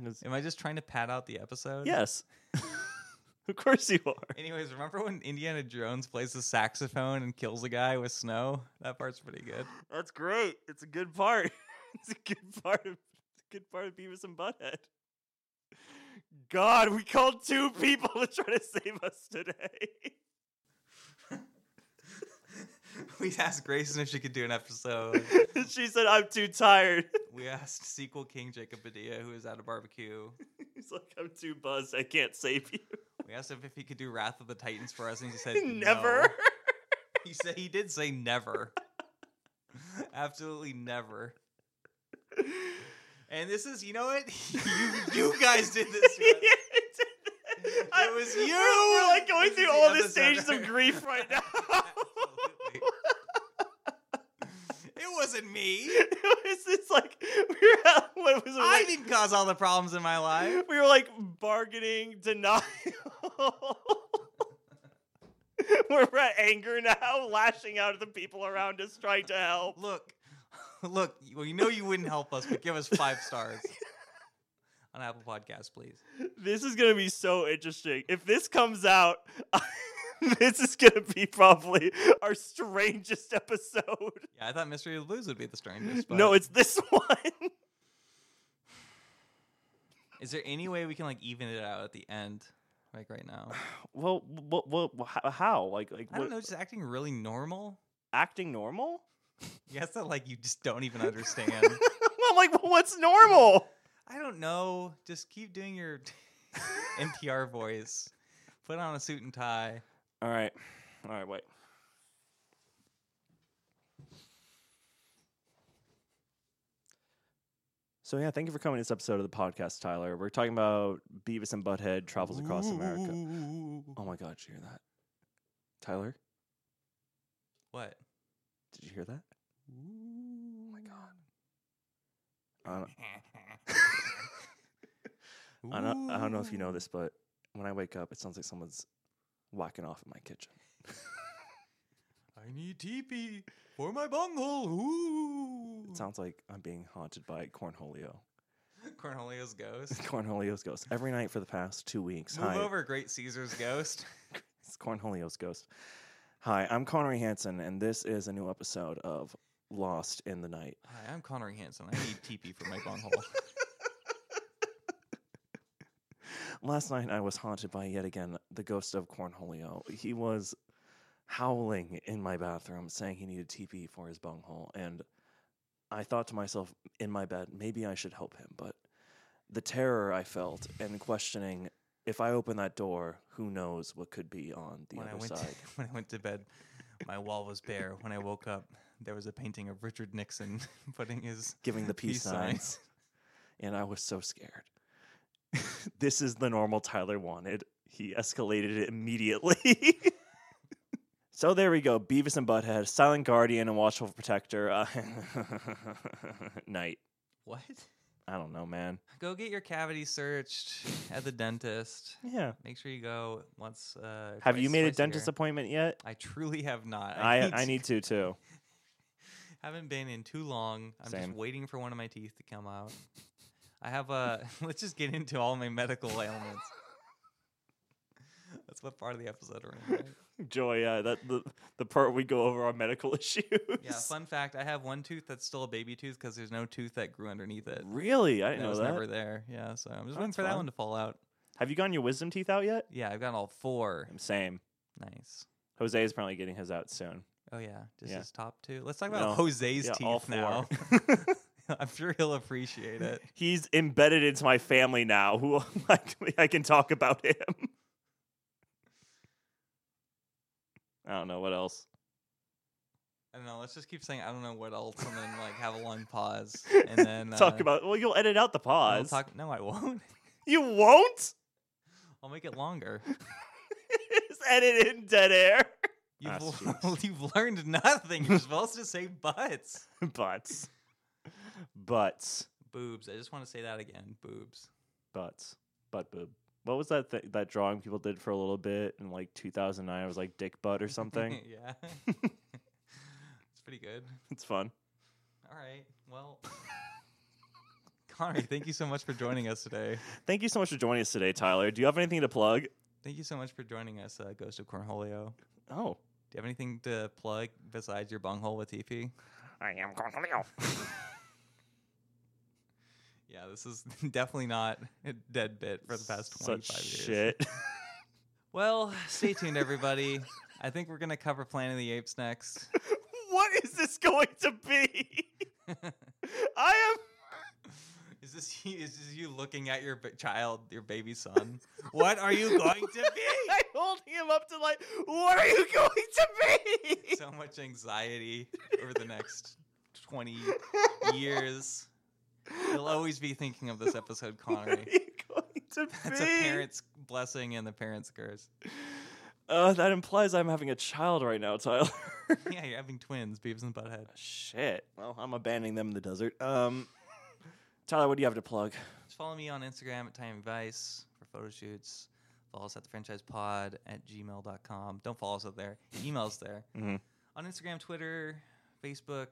[SPEAKER 2] It's-
[SPEAKER 1] Am I just trying to pad out the episode?
[SPEAKER 2] Yes. of course you are.
[SPEAKER 1] Anyways, remember when Indiana Jones plays the saxophone and kills a guy with snow? That part's pretty good.
[SPEAKER 2] That's great. It's a good part. It's a good part of it's a good part of Beavis and Butthead. God, we called two people to try to save us today.
[SPEAKER 1] we asked Grayson if she could do an episode.
[SPEAKER 2] she said, I'm too tired.
[SPEAKER 1] we asked sequel king Jacob Padilla, who is at a barbecue.
[SPEAKER 2] He's like, I'm too buzzed. I can't save you.
[SPEAKER 1] We asked him if he could do Wrath of the Titans for us, and he said
[SPEAKER 2] Never.
[SPEAKER 1] "No." He said he did say never. Absolutely never. And this is, you know what? you you guys did this.
[SPEAKER 2] Yeah,
[SPEAKER 1] To us.
[SPEAKER 2] it did.
[SPEAKER 1] It
[SPEAKER 2] I-
[SPEAKER 1] was
[SPEAKER 2] we're-
[SPEAKER 1] you.
[SPEAKER 2] We're, like going
[SPEAKER 1] This
[SPEAKER 2] through
[SPEAKER 1] is the
[SPEAKER 2] all the
[SPEAKER 1] episode
[SPEAKER 2] stages of
[SPEAKER 1] right-
[SPEAKER 2] grief right now.
[SPEAKER 1] Absolutely. It wasn't me.
[SPEAKER 2] it was just like we were at, what was it?
[SPEAKER 1] I
[SPEAKER 2] like-
[SPEAKER 1] didn't cause all the problems in my life.
[SPEAKER 2] We were like bargaining denial. we're at anger now, lashing out at the people around us trying to help.
[SPEAKER 1] Look, look. Well, you know you wouldn't help us, but give us five stars on Apple Podcasts, please.
[SPEAKER 2] This is gonna be so interesting. If this comes out, this is gonna be probably our strangest episode.
[SPEAKER 1] Yeah, I thought Mystery of the Blues would be the strangest. But
[SPEAKER 2] No, it's this one.
[SPEAKER 1] Is there any way we can like even it out at the end, like right now?
[SPEAKER 2] well, what, what, how? Like, like,
[SPEAKER 1] I don't know, just acting really normal.
[SPEAKER 2] acting normal?
[SPEAKER 1] Yes, that like you just don't even understand.
[SPEAKER 2] I'm like, well, what's normal?
[SPEAKER 1] I don't know. Just keep doing your NPR voice. Put on a suit and tie.
[SPEAKER 2] All right. All right, wait. So yeah, thank you for coming to this episode of the podcast, Tyler. We're talking about Beavis and Butthead travels across America.
[SPEAKER 1] Ooh.
[SPEAKER 2] Oh my god, did you hear that? Tyler,
[SPEAKER 1] What?
[SPEAKER 2] did you hear that? Oh my god. I don't, I don't I don't know if you know this, but when I wake up, it sounds like someone's whacking off in my kitchen.
[SPEAKER 1] I need teepee for my bunghole. Ooh.
[SPEAKER 2] It sounds like I'm being haunted by Cornholio.
[SPEAKER 1] Cornelio's ghost.
[SPEAKER 2] Cornholio's ghost. Every night for the past two weeks.
[SPEAKER 1] Move
[SPEAKER 2] Hi.
[SPEAKER 1] over, Great Caesar's ghost.
[SPEAKER 2] It's Cornholio's ghost. Hi, I'm Connery Hanson, and this is a new episode of Lost in the Night.
[SPEAKER 1] Hi, I'm Connery Hanson. I need teepee for my bunghole.
[SPEAKER 2] Last night I was haunted by yet again the ghost of Cornholio. He was howling in my bathroom, saying he needed TP for his bunghole, and I thought to myself in my bed, maybe I should help him, but the terror I felt and questioning if I open that door, who knows what could be on the
[SPEAKER 1] when I
[SPEAKER 2] other
[SPEAKER 1] went
[SPEAKER 2] side.
[SPEAKER 1] To, when I went to bed, my wall was bare. When I woke up, there was a painting of Richard Nixon putting his
[SPEAKER 2] giving the peace, signs. and I was so scared. this is the normal Tyler wanted. He escalated it immediately. so there we go. Beavis and Butthead, Silent Guardian and Watchful Protector. Uh, night.
[SPEAKER 1] What?
[SPEAKER 2] I don't know, man.
[SPEAKER 1] Go get your cavity searched at the dentist.
[SPEAKER 2] Yeah.
[SPEAKER 1] Make sure you go once. Uh,
[SPEAKER 2] Have you
[SPEAKER 1] twice-
[SPEAKER 2] made a
[SPEAKER 1] twice year.
[SPEAKER 2] dentist appointment yet?
[SPEAKER 1] I truly have not.
[SPEAKER 2] I I need to too.
[SPEAKER 1] haven't been in too long. I'm
[SPEAKER 2] Same.
[SPEAKER 1] just waiting for one of my teeth to come out. I have a. let's just get into all my medical ailments. That's what part of the episode we're in. Right?
[SPEAKER 2] Joy, yeah, that the, the part we go over our medical issues.
[SPEAKER 1] Yeah. Fun fact: I have one tooth that's still a baby tooth because there's no tooth that grew underneath it.
[SPEAKER 2] Really?
[SPEAKER 1] That
[SPEAKER 2] I didn't know
[SPEAKER 1] was
[SPEAKER 2] that.
[SPEAKER 1] never there. Yeah. So I'm just waiting
[SPEAKER 2] that's
[SPEAKER 1] for that
[SPEAKER 2] fun.
[SPEAKER 1] one to fall out.
[SPEAKER 2] Have you gotten your wisdom teeth out yet?
[SPEAKER 1] Yeah, I've got all four.
[SPEAKER 2] Same.
[SPEAKER 1] Nice.
[SPEAKER 2] Jose is probably getting his out soon.
[SPEAKER 1] Oh yeah, just
[SPEAKER 2] Yeah.
[SPEAKER 1] his top two. Let's talk about
[SPEAKER 2] No.
[SPEAKER 1] Jose's
[SPEAKER 2] Yeah,
[SPEAKER 1] teeth
[SPEAKER 2] all
[SPEAKER 1] now.
[SPEAKER 2] four.
[SPEAKER 1] I'm sure he'll appreciate it.
[SPEAKER 2] He's embedded into my family now. Who I, I can talk about him. I don't know what else.
[SPEAKER 1] I don't know. Let's just keep saying I don't know what else, and then like have a long pause, and then
[SPEAKER 2] talk
[SPEAKER 1] uh,
[SPEAKER 2] about. Well, you'll edit out the
[SPEAKER 1] I'll
[SPEAKER 2] pause.
[SPEAKER 1] talk- no, I won't.
[SPEAKER 2] you won't.
[SPEAKER 1] I'll make it longer.
[SPEAKER 2] it's edited in dead air. Ah,
[SPEAKER 1] You've,
[SPEAKER 2] jeez.
[SPEAKER 1] you've learned nothing. You're supposed to say butts,
[SPEAKER 2] Butts. Butts.
[SPEAKER 1] boobs. I just want to say that again. Boobs.
[SPEAKER 2] butts, butt boob. What was that th- that drawing people did for a little bit in like 2009? It was like dick butt or something.
[SPEAKER 1] yeah, it's pretty good.
[SPEAKER 2] it's fun.
[SPEAKER 1] All right. Well, Connery, thank you so much for joining us today.
[SPEAKER 2] Thank you so much for joining us today, Tyler. Do you have anything to plug?
[SPEAKER 1] Thank you so much for joining us, uh, Ghost of Cornholio.
[SPEAKER 2] Oh,
[SPEAKER 1] Do you have anything to plug besides your bunghole with TP?
[SPEAKER 2] I am Cornelio.
[SPEAKER 1] Yeah, this is definitely not a dead bit for the past 25
[SPEAKER 2] Such
[SPEAKER 1] years.
[SPEAKER 2] shit.
[SPEAKER 1] Well, stay tuned, everybody. I think we're going to cover Planet of the Apes next.
[SPEAKER 2] what is this going to be? I
[SPEAKER 1] Is this, you- is this you looking at your b- child, your baby son? what are you going to
[SPEAKER 2] am. I'm holding him up to like. What are you going to
[SPEAKER 1] be?
[SPEAKER 2] be?
[SPEAKER 1] So much anxiety over the next 20 years. You'll always be thinking of this episode,
[SPEAKER 2] what are
[SPEAKER 1] Connery.
[SPEAKER 2] you going to be?
[SPEAKER 1] That's a parent's blessing and the parent's curse.
[SPEAKER 2] Uh, that implies I'm having a child right now, Tyler.
[SPEAKER 1] Yeah, you're having twins, Beavis and Butthead.
[SPEAKER 2] Shit. Well, I'm abandoning them in the desert. Um, Tyler, what do you have to plug?
[SPEAKER 1] Just follow me on Instagram at Time Vice for photo shoots. Follow us at the franchise pod at gmail.com. Don't follow us up there. Email's there.
[SPEAKER 2] Mhm.
[SPEAKER 1] On Instagram, Twitter, Facebook,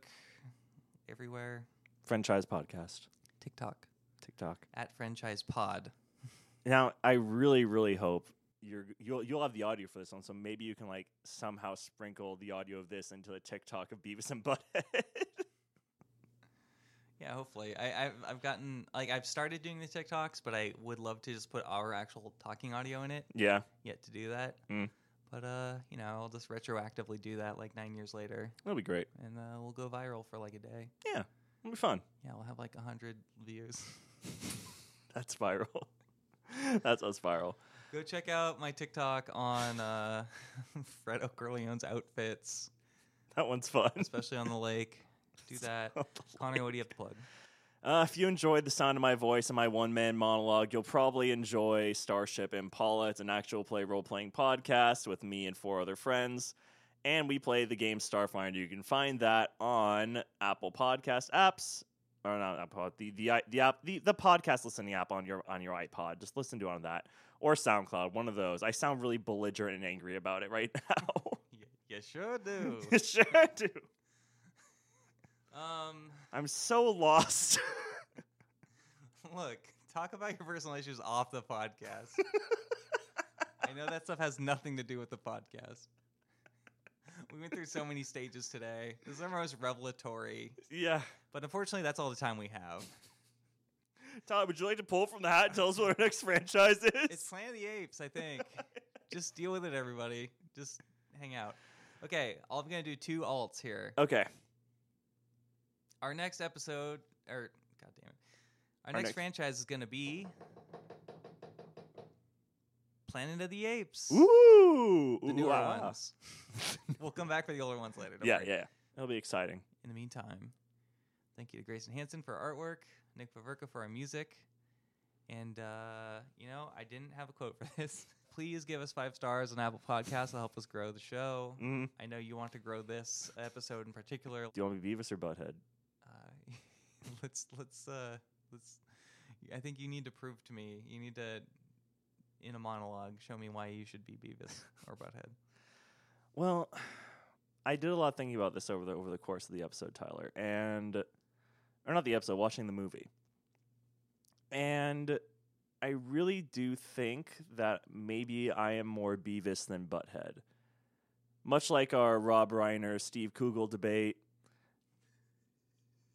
[SPEAKER 1] everywhere.
[SPEAKER 2] Franchise podcast,
[SPEAKER 1] TikTok
[SPEAKER 2] TikTok.
[SPEAKER 1] at franchise pod.
[SPEAKER 2] Now, I really, really hope you're you'll you'll have the audio for this one, so maybe you can like somehow sprinkle the audio of this into the TikTok of Beavis and Butthead.
[SPEAKER 1] Yeah, hopefully. I, I've, I've gotten, like, I've started doing the TikToks, but I would love to just put our actual talking audio in it.
[SPEAKER 2] yeah,
[SPEAKER 1] Yet to do that.
[SPEAKER 2] Mm.
[SPEAKER 1] But, uh, you know, I'll just retroactively do that like nine years later,
[SPEAKER 2] that'll be great.
[SPEAKER 1] and uh, we'll go viral for like a day.
[SPEAKER 2] It'll be fun.
[SPEAKER 1] Yeah, we'll have like a 100 views.
[SPEAKER 2] That's viral. That's us viral.
[SPEAKER 1] Go check out my TikTok on uh, Fred O'Corleone's outfits,
[SPEAKER 2] That one's fun.
[SPEAKER 1] especially on the lake. Do that. Connor, what do you have to plug?
[SPEAKER 2] Uh, if you enjoyed the sound of my voice and my one man monologue, you'll probably enjoy Starship Impala. It's an actual play role playing podcast with me and four other friends. And we play the game Starfinder. You can find that on Apple Podcast apps. Or not Apple, the, the, i- the app the, the podcast listening app on your on your iPod. Just listen to it on that. Or SoundCloud, one of those. I sound really belligerent and angry about it right now.
[SPEAKER 1] You, sure do.
[SPEAKER 2] sure do.
[SPEAKER 1] um,
[SPEAKER 2] I'm so lost.
[SPEAKER 1] look, talk about your personal issues off the podcast. I know that stuff has nothing to do with the podcast. We went through so many stages today. This is our most revelatory,
[SPEAKER 2] yeah.
[SPEAKER 1] but unfortunately, that's all the time we have.
[SPEAKER 2] Todd, would you like to pull from the hat and tell us what our next franchise is?
[SPEAKER 1] It's Planet of the Apes, I think. Just deal with it, everybody. Just hang out. Okay, all I'm gonna do two alts here.
[SPEAKER 2] okay.
[SPEAKER 1] Our next episode, or god damn it, our, next,
[SPEAKER 2] next-
[SPEAKER 1] franchise is gonna be Planet of the Apes.
[SPEAKER 2] Ooh.
[SPEAKER 1] The newer
[SPEAKER 2] wow.
[SPEAKER 1] ones. we'll come back for the older ones later. don't
[SPEAKER 2] Yeah,
[SPEAKER 1] worry.
[SPEAKER 2] yeah. It'll be exciting.
[SPEAKER 1] In the meantime, thank you to Grayson Hanson for our artwork, Nick Paverka for our music. And, uh, you know, I didn't have a quote for this. Please give us five stars on Apple Podcasts. It'll help us grow the show.
[SPEAKER 2] Mm.
[SPEAKER 1] I know you want to grow this episode in particular.
[SPEAKER 2] Do you want me Beavis or Butthead?
[SPEAKER 1] Uh, let's, let's, uh, let's, I think you need to prove to me, you need to, in a monologue, show me why you should be Beavis or Butthead.
[SPEAKER 2] Well, I did a lot of thinking about this over the over the course of the episode, Tyler, and or not the episode, watching the movie. And I really do think that maybe I am more Beavis than Butthead. Much like our Rob Reiner, Steve Kugel debate,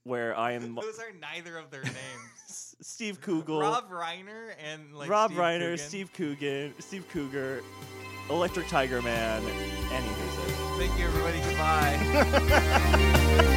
[SPEAKER 2] where I am
[SPEAKER 1] Those are neither of their names.
[SPEAKER 2] Steve Kugel,
[SPEAKER 1] Rob Reiner and like
[SPEAKER 2] Rob
[SPEAKER 1] Steve
[SPEAKER 2] Reiner,
[SPEAKER 1] Coogan.
[SPEAKER 2] Steve Coogan, Steve Cougar, Electric Tiger Man, and he
[SPEAKER 1] Thank you, everybody. Goodbye.